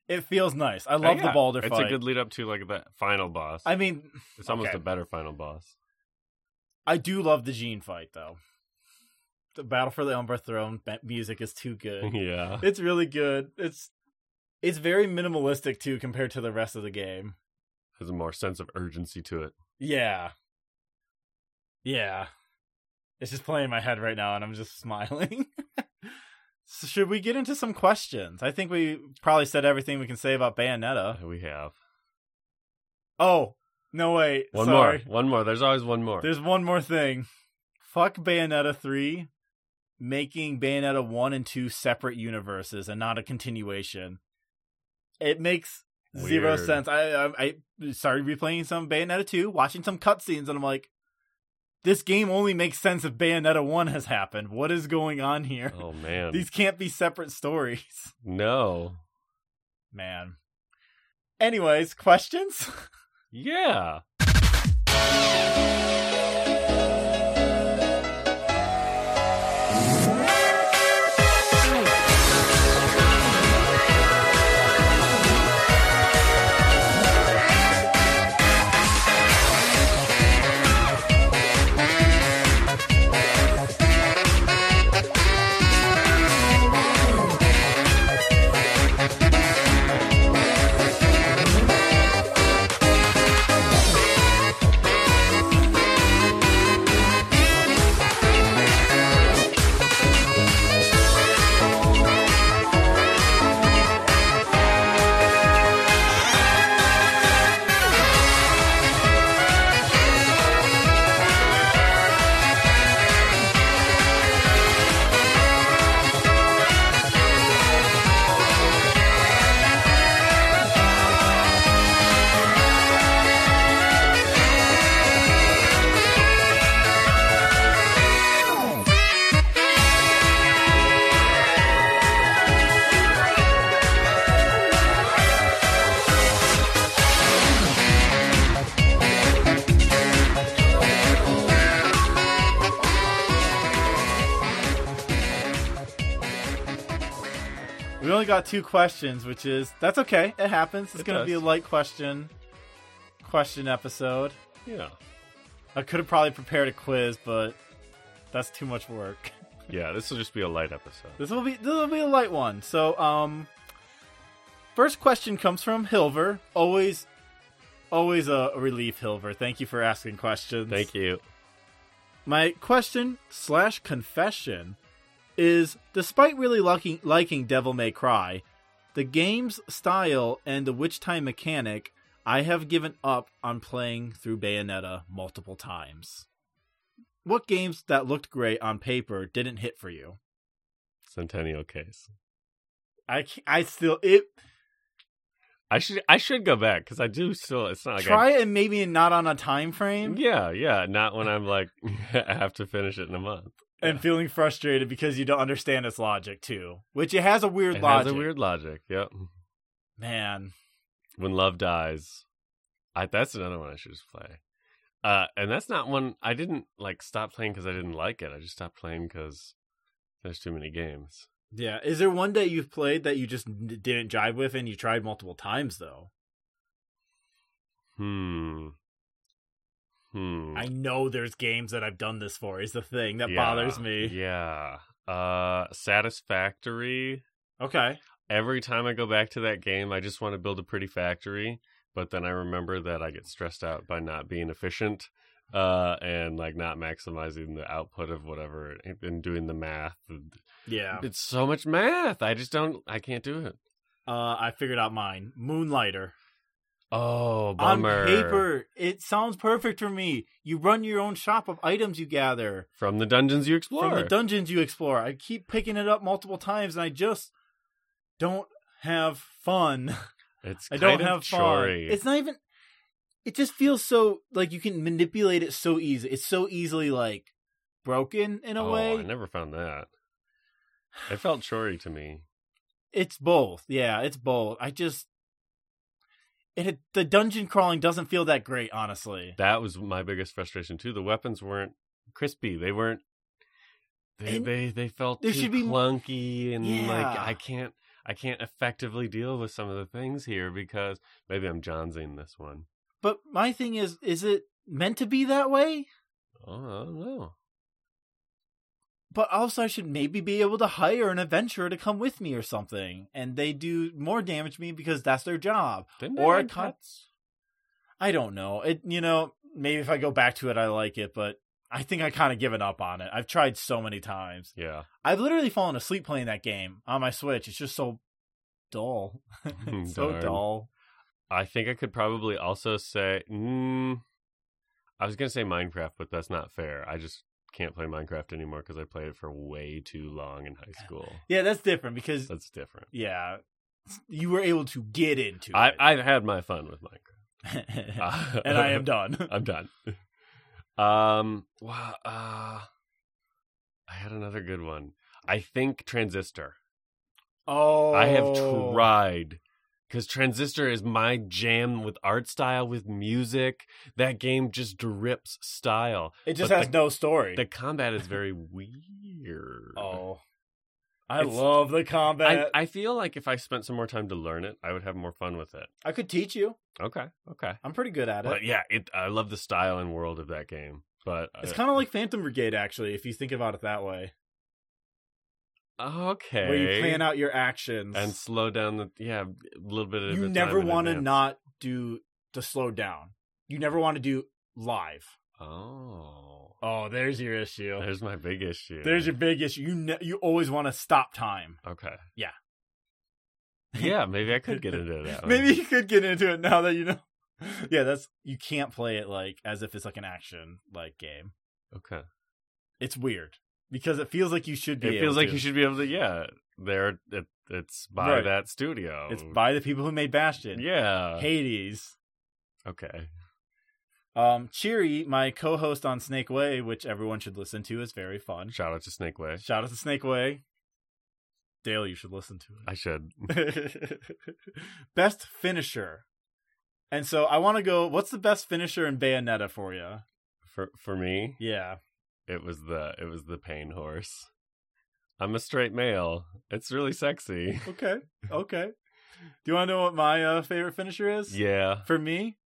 B: it feels nice. I
A: Yeah,
B: love the
A: Uh, yeah.
B: Balder
A: It's
B: fight.
A: a good lead up to like the final boss.
B: I mean,
A: it's almost
B: okay.
A: a better final boss.
B: I do love the Gene fight though. The Battle for the Umbra Throne ba- music is too good.
A: yeah.
B: it's really good. It's it's very minimalistic too compared to the rest of the game.
A: There's a more sense of urgency to it.
B: Yeah. Yeah. It's just playing in my head right now and I'm just smiling. so should we get into some questions? I think we probably said everything we can say about Bayonetta.
A: We have.
B: Oh, no wait.
A: One
B: Sorry.
A: more. One more. There's always one more.
B: There's one more thing. Fuck Bayonetta 3 making Bayonetta 1 and 2 separate universes and not a continuation. It makes zero
A: Weird.
B: sense. I, I I started replaying some Bayonetta 2, watching some cutscenes, and I'm like, this game only makes sense if Bayonetta 1 has happened. What is going on here?
A: oh man.
B: These can't be separate stories.
A: No.
B: Man. Anyways, questions?
A: Yeah.
B: We only got two questions, which is that's okay. It happens. It's
A: It
B: going to
A: does.
B: be a light question question episode.
A: Yeah.
B: I could have probably prepared a quiz, but that's too much work.
A: Yeah, this will just be a light episode.
B: This will be this will be a light one. So, um, first question comes from Hilver. Always, always a relief, Hilver. Thank you for asking questions.
A: Thank you.
B: My question slash confession is: Despite really liking liking Devil May Cry, the game's style and the witch time mechanic, I have given up on playing through Bayonetta multiple times. What games that looked great on paper didn't hit for you?
A: Centennial case.
B: I can't- I still it
A: I should I should go back because I do still. It's not like
B: try it and maybe not on a time
A: I,
B: frame
A: yeah, yeah. Not when I'm like I have to finish it in a month.
B: and feeling frustrated because you don't understand its logic too, which it has a weird
A: It
B: logic.
A: has a weird logic. Yep.
B: Man,
A: When love dies, I, that's another one I should just play. Uh, and that's not one I didn't like. Stop playing because I didn't like it. I just stopped playing because there's too many games.
B: yeah. Is there one that you've played that you just n- didn't jive with and you tried multiple times though?
A: Hmm. Hmm.
B: I know there's games that I've done this for. Is the thing that
A: Yeah,
B: bothers me.
A: Yeah. Uh, satisfactory.
B: Okay.
A: every time I go back to that game, I just want to build a pretty factory, but then I remember that I get stressed out by not being efficient uh and like not maximizing the output of whatever and doing the math
B: Yeah.
A: it's so much math i just don't i can't do it
B: Uh, I figured out mine. Moonlighter.
A: oh bummer
B: On paper, it sounds perfect for me. You run your own shop of items you gather.
A: from the dungeons you explore
B: from the dungeons you explore. I keep picking it up multiple times, and I just don't have fun.
A: it's
B: I
A: kind of
B: don't have fun.
A: chory.
B: It's not even. It just feels so like you can manipulate it so easy. It's so easily like broken in a
A: oh,
B: way.
A: i never found that it felt chory to me
B: It's both. Yeah, it's both. I just. It, the dungeon crawling doesn't feel that great, honestly.
A: that was my biggest frustration too. The weapons weren't crispy. They weren't. They
B: And
A: they, they felt
B: there
A: too
B: should be-
A: clunky and like
B: Yeah.
A: I can't I can't effectively deal with some of the things here because maybe I'm Johnsing this one.
B: But my thing is, is it meant to be that way?
A: Oh, I don't know.
B: but also I should maybe be able to hire an adventurer to come with me or something, and they do more damage to me because that's their job.
A: Didn't
B: Or
A: or
B: it cut- I don't know. It you know maybe if I go back to it, I like it, but I think I kind of given up on it. I've tried so many times.
A: Yeah,
B: I've literally fallen asleep playing that game on my Switch. It's just so dull, It's so
A: Hmm, Darn.
B: dull.
A: I think I could probably also say. Mm, I was gonna say Minecraft, but that's not fair. I just can't play Minecraft anymore because I played it for way too long in high school.
B: Yeah, that's different because
A: That's different.
B: yeah, you were able to get into
A: I
B: it,
A: I've had my fun with Minecraft,
B: and I am done.
A: I'm done. Um, wow, uh, I had another good one. I think Transistor.
B: oh,
A: I have tried because Transistor is my jam with art style, with music. That game just drips style.
B: It just
A: but
B: has
A: the-
B: no story.
A: The combat is very weird.
B: Oh, I
A: It's-
B: love the
A: I,
B: combat. I,
A: I feel like if I spent some more time to learn it, I would have more fun with it.
B: could teach you.
A: Okay, okay.
B: I'm pretty good at it.
A: But yeah, it, I love the style and world of that game. But
B: It's
A: I-
B: kind of like Phantom Brigade, actually, if you think about it that way,
A: uh, okay.
B: where you plan out your actions
A: and slow down the yeah a little bit. Of
B: you never want to not do to slow down. You never want to do live.
A: Oh,
B: Oh, there's your issue. There's,
A: there's my big issue.
B: your big issue. You ne- you always want to stop time.
A: okay.
B: Yeah.
A: yeah, maybe I could get into that. one.
B: Maybe you could get into it now that you know. yeah, that's you can't play it like as if it's like an action like game.
A: Okay.
B: It's weird because it feels like you should be.
A: It feels
B: able
A: like
B: to.
A: you should be able to. Yeah, there. It, it's by
B: Right.
A: that studio.
B: It's by the people who made Bastion.
A: Yeah.
B: Hades.
A: Okay.
B: Um, Cheery, my co-host on Snake Way, which everyone should listen to, is very fun.
A: Shout out to Snake Way.
B: Shout out to Snake Way. Dale, you should listen
A: I should.
B: to it. best finisher. And so I want to go. What's the best finisher in Bayonetta for you?
A: For for me,
B: Yeah,
A: it was the it was the pain horse. I'm a straight male. It's really sexy.
B: Okay. Okay. Do you want to know what my uh, favorite finisher is?
A: Yeah.
B: For me,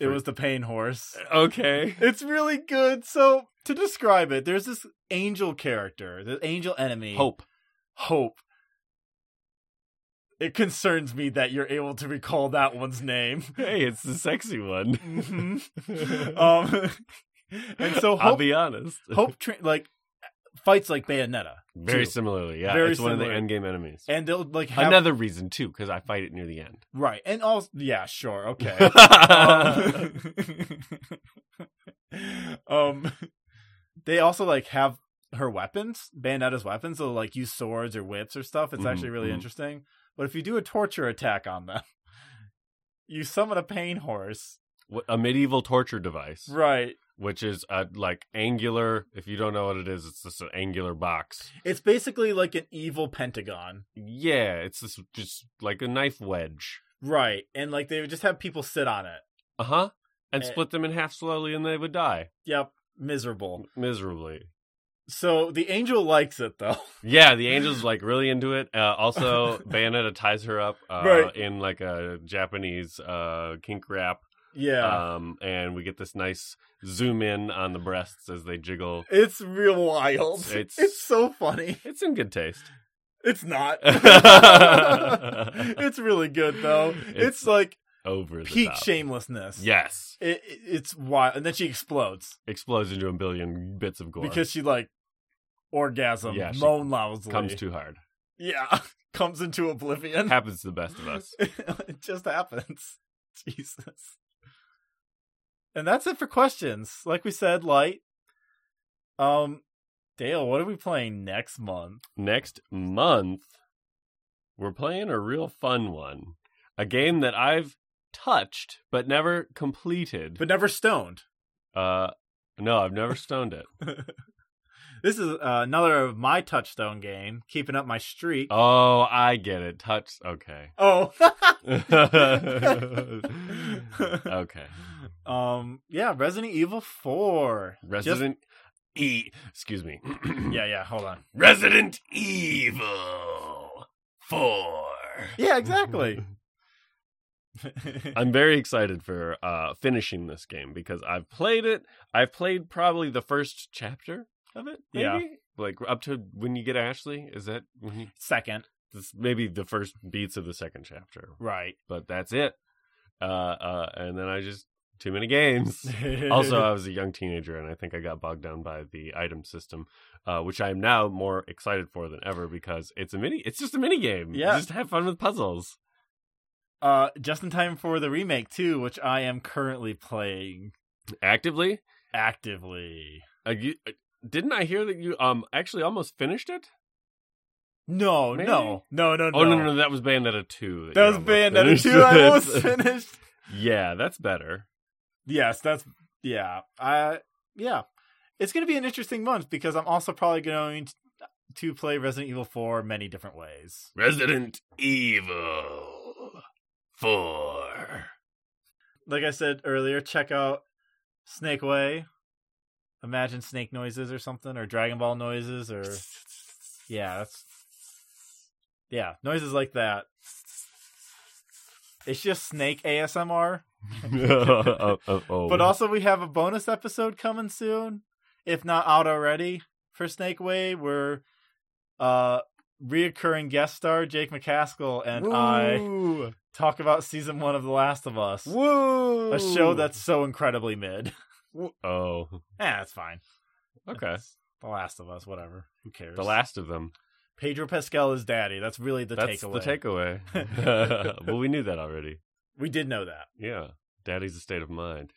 B: it
A: For-
B: was the pain horse.
A: Okay.
B: It's really good. So to describe it, there's this angel character, the angel enemy,
A: Hope.
B: Hope. It concerns me that you're able to recall that one's name.
A: Hey, it's the sexy one.
B: hmm um, and so
A: I'll
B: Hope,
A: be honest.
B: Hope tra- like fights like Bayonetta,
A: Very
B: too.
A: similarly, yeah.
B: Very
A: it's one of the
B: similar.
A: end game enemies.
B: and they'll like have,
A: Another reason too, because I fight it near the end.
B: right, and also yeah, sure, okay. um, um, they also like have her weapons, Bayonetta's weapons. They'll like use swords or whips or stuff. It's
A: Mhm,
B: actually really
A: mhm.
B: interesting. But if you do a torture attack on them, you summon a pain horse,
A: Wh- a medieval torture device,
B: right?
A: which is a like angular. If you don't know what it is, it's just an angular box.
B: It's basically like an evil pentagon.
A: Yeah, it's this just like a knife wedge.
B: Right. And like they would just have people sit on it.
A: Uh huh. And
B: Eh.
A: split them in half slowly, and they would die
B: Yep. Miserable.
A: miserably.
B: So the angel likes it though.
A: Yeah, the angel's like really into it. Uh, also, Bayonetta ties her up uh,
B: Right.
A: in like a Japanese uh, kink wrap,
B: yeah.
A: um, and we get this nice zoom in on the breasts as they jiggle.
B: it's real wild.
A: It's-
B: It's, so funny.
A: It's in good taste.
B: It's not. it's really good though. It's,
A: It's
B: like
A: Over the
B: peak
A: top.
B: shamelessness.
A: Yes,
B: It, it- it's wild. And then she explodes
A: explodes into a billion bits of gore
B: because she like orgasm,
A: Yeah, she
B: moan loudly.
A: comes too hard.
B: Yeah. Comes into oblivion.
A: Happens to the best of us.
B: it just happens. Jesus. And that's it for questions. Like we said, light. Um Dale, what are we playing next month?
A: next month, we're playing a real fun one. A game that I've touched but never completed.
B: But never stoned.
A: uh, no, I've never stoned it.
B: This is uh, another of my touchstone game, keeping up my streak.
A: Oh, I get it. Touched. Okay.
B: Oh.
A: okay.
B: um yeah, Resident Evil 4. Just-
A: Resident E. Excuse me.
B: Yeah, yeah, hold on.
A: Resident Evil 4.
B: Yeah, exactly.
A: I'm very excited for uh, finishing this game because I've played it. I've played probably the first chapter of it. Maybe?
B: Yeah.
A: Like up to when you get Ashley. Is that when you,
B: Second.
A: this, maybe the first beats of the second chapter?
B: Right.
A: But that's it. Uh, uh, and then I just too many games. also,
B: uh,
A: I was a young teenager, and I think I got bogged down by the item system, uh, which I am now more excited for than ever because it's a mini. It's just a mini game.
B: Yeah.
A: just have fun with puzzles.
B: uh just in time for the remake too which i am currently playing
A: Actively,
B: actively
A: uh, you, uh, didn't I hear that you um actually almost finished it?
B: no
A: Maybe.
B: no no Uh, no no
A: Oh no, no, that was Bayonetta two.
B: that
A: you
B: was
A: almost
B: bandana
A: finished.
B: 2 i almost
A: That's-
B: finished
A: Yeah, that's better.
B: yes that's yeah i yeah it's gonna be an interesting month because i'm also probably going to, to play resident evil 4 many different ways
A: Resident Evil four.
B: like i said earlier check out snake way imagine snake noises or something or dragon ball noises or Yeah, that's yeah, noises like that. It's just snake ASMR.
A: oh, oh, oh.
B: But also, we have a bonus episode coming soon, if not out already, for Snake Way, where uh, reoccurring guest star Jake McCaskill and I
A: Woo!
B: talk about season one of The Last of Us,
A: Woo!
B: a show that's so incredibly mid.
A: oh
B: eh, that's fine.
A: okay.
B: It's the Last of Us, whatever. Who cares?
A: The last of them.
B: Pedro Pascal is daddy. That's really the
A: That's
B: takeaway.
A: the takeaway. well, we knew that already.
B: we did know that.
A: Yeah, Daddy's a state of mind.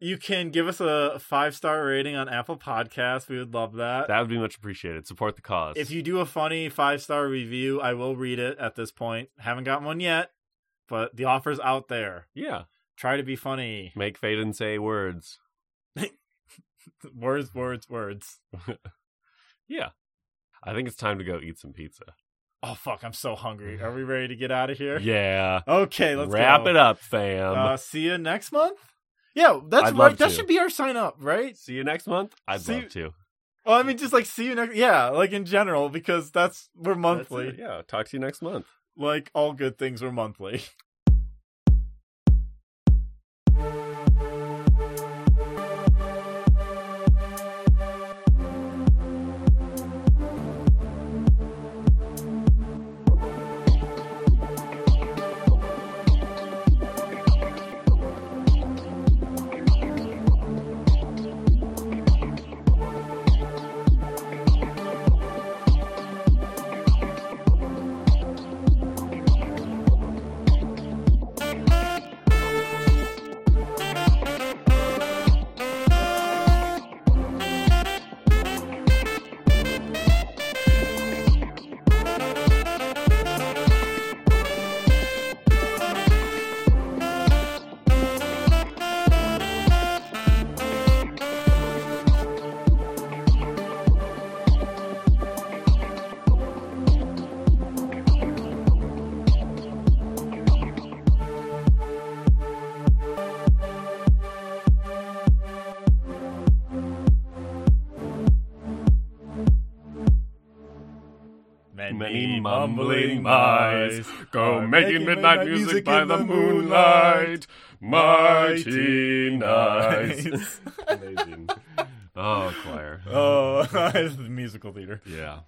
B: you can give us a five star rating on Apple Podcasts. We would love that.
A: That would be much appreciated. Support the cause.
B: Uh, if you do a funny five star review, I will read it at this point. Haven't gotten one yet, but the offer's out there.
A: yeah,
B: Try to be funny.
A: make Faden say words.
B: Words, words, words.
A: Yeah, I think it's time to go eat some pizza.
B: Oh fuck, I'm so hungry. Are we ready to get out of here?
A: Yeah,
B: Okay, let's
A: wrap
B: go.
A: it up, fam.
B: Uh, see you next month. Yeah, that's
A: I'd love
B: right. That
A: to.
B: should be our sign up, right?
A: See you next month. I'd
B: see-
A: love to.
B: Well, I mean, just like see you next. Yeah, like in general, because that's we're
A: That's
B: monthly.
A: it. Yeah. Talk to you next month.
B: Like all good things, we're monthly. Many,
A: Many mumbling mice go making midnight music by the moonlight. Mighty nights. Amazing. Oh, choir.
B: Uh, oh, this is musical theater.
A: Yeah.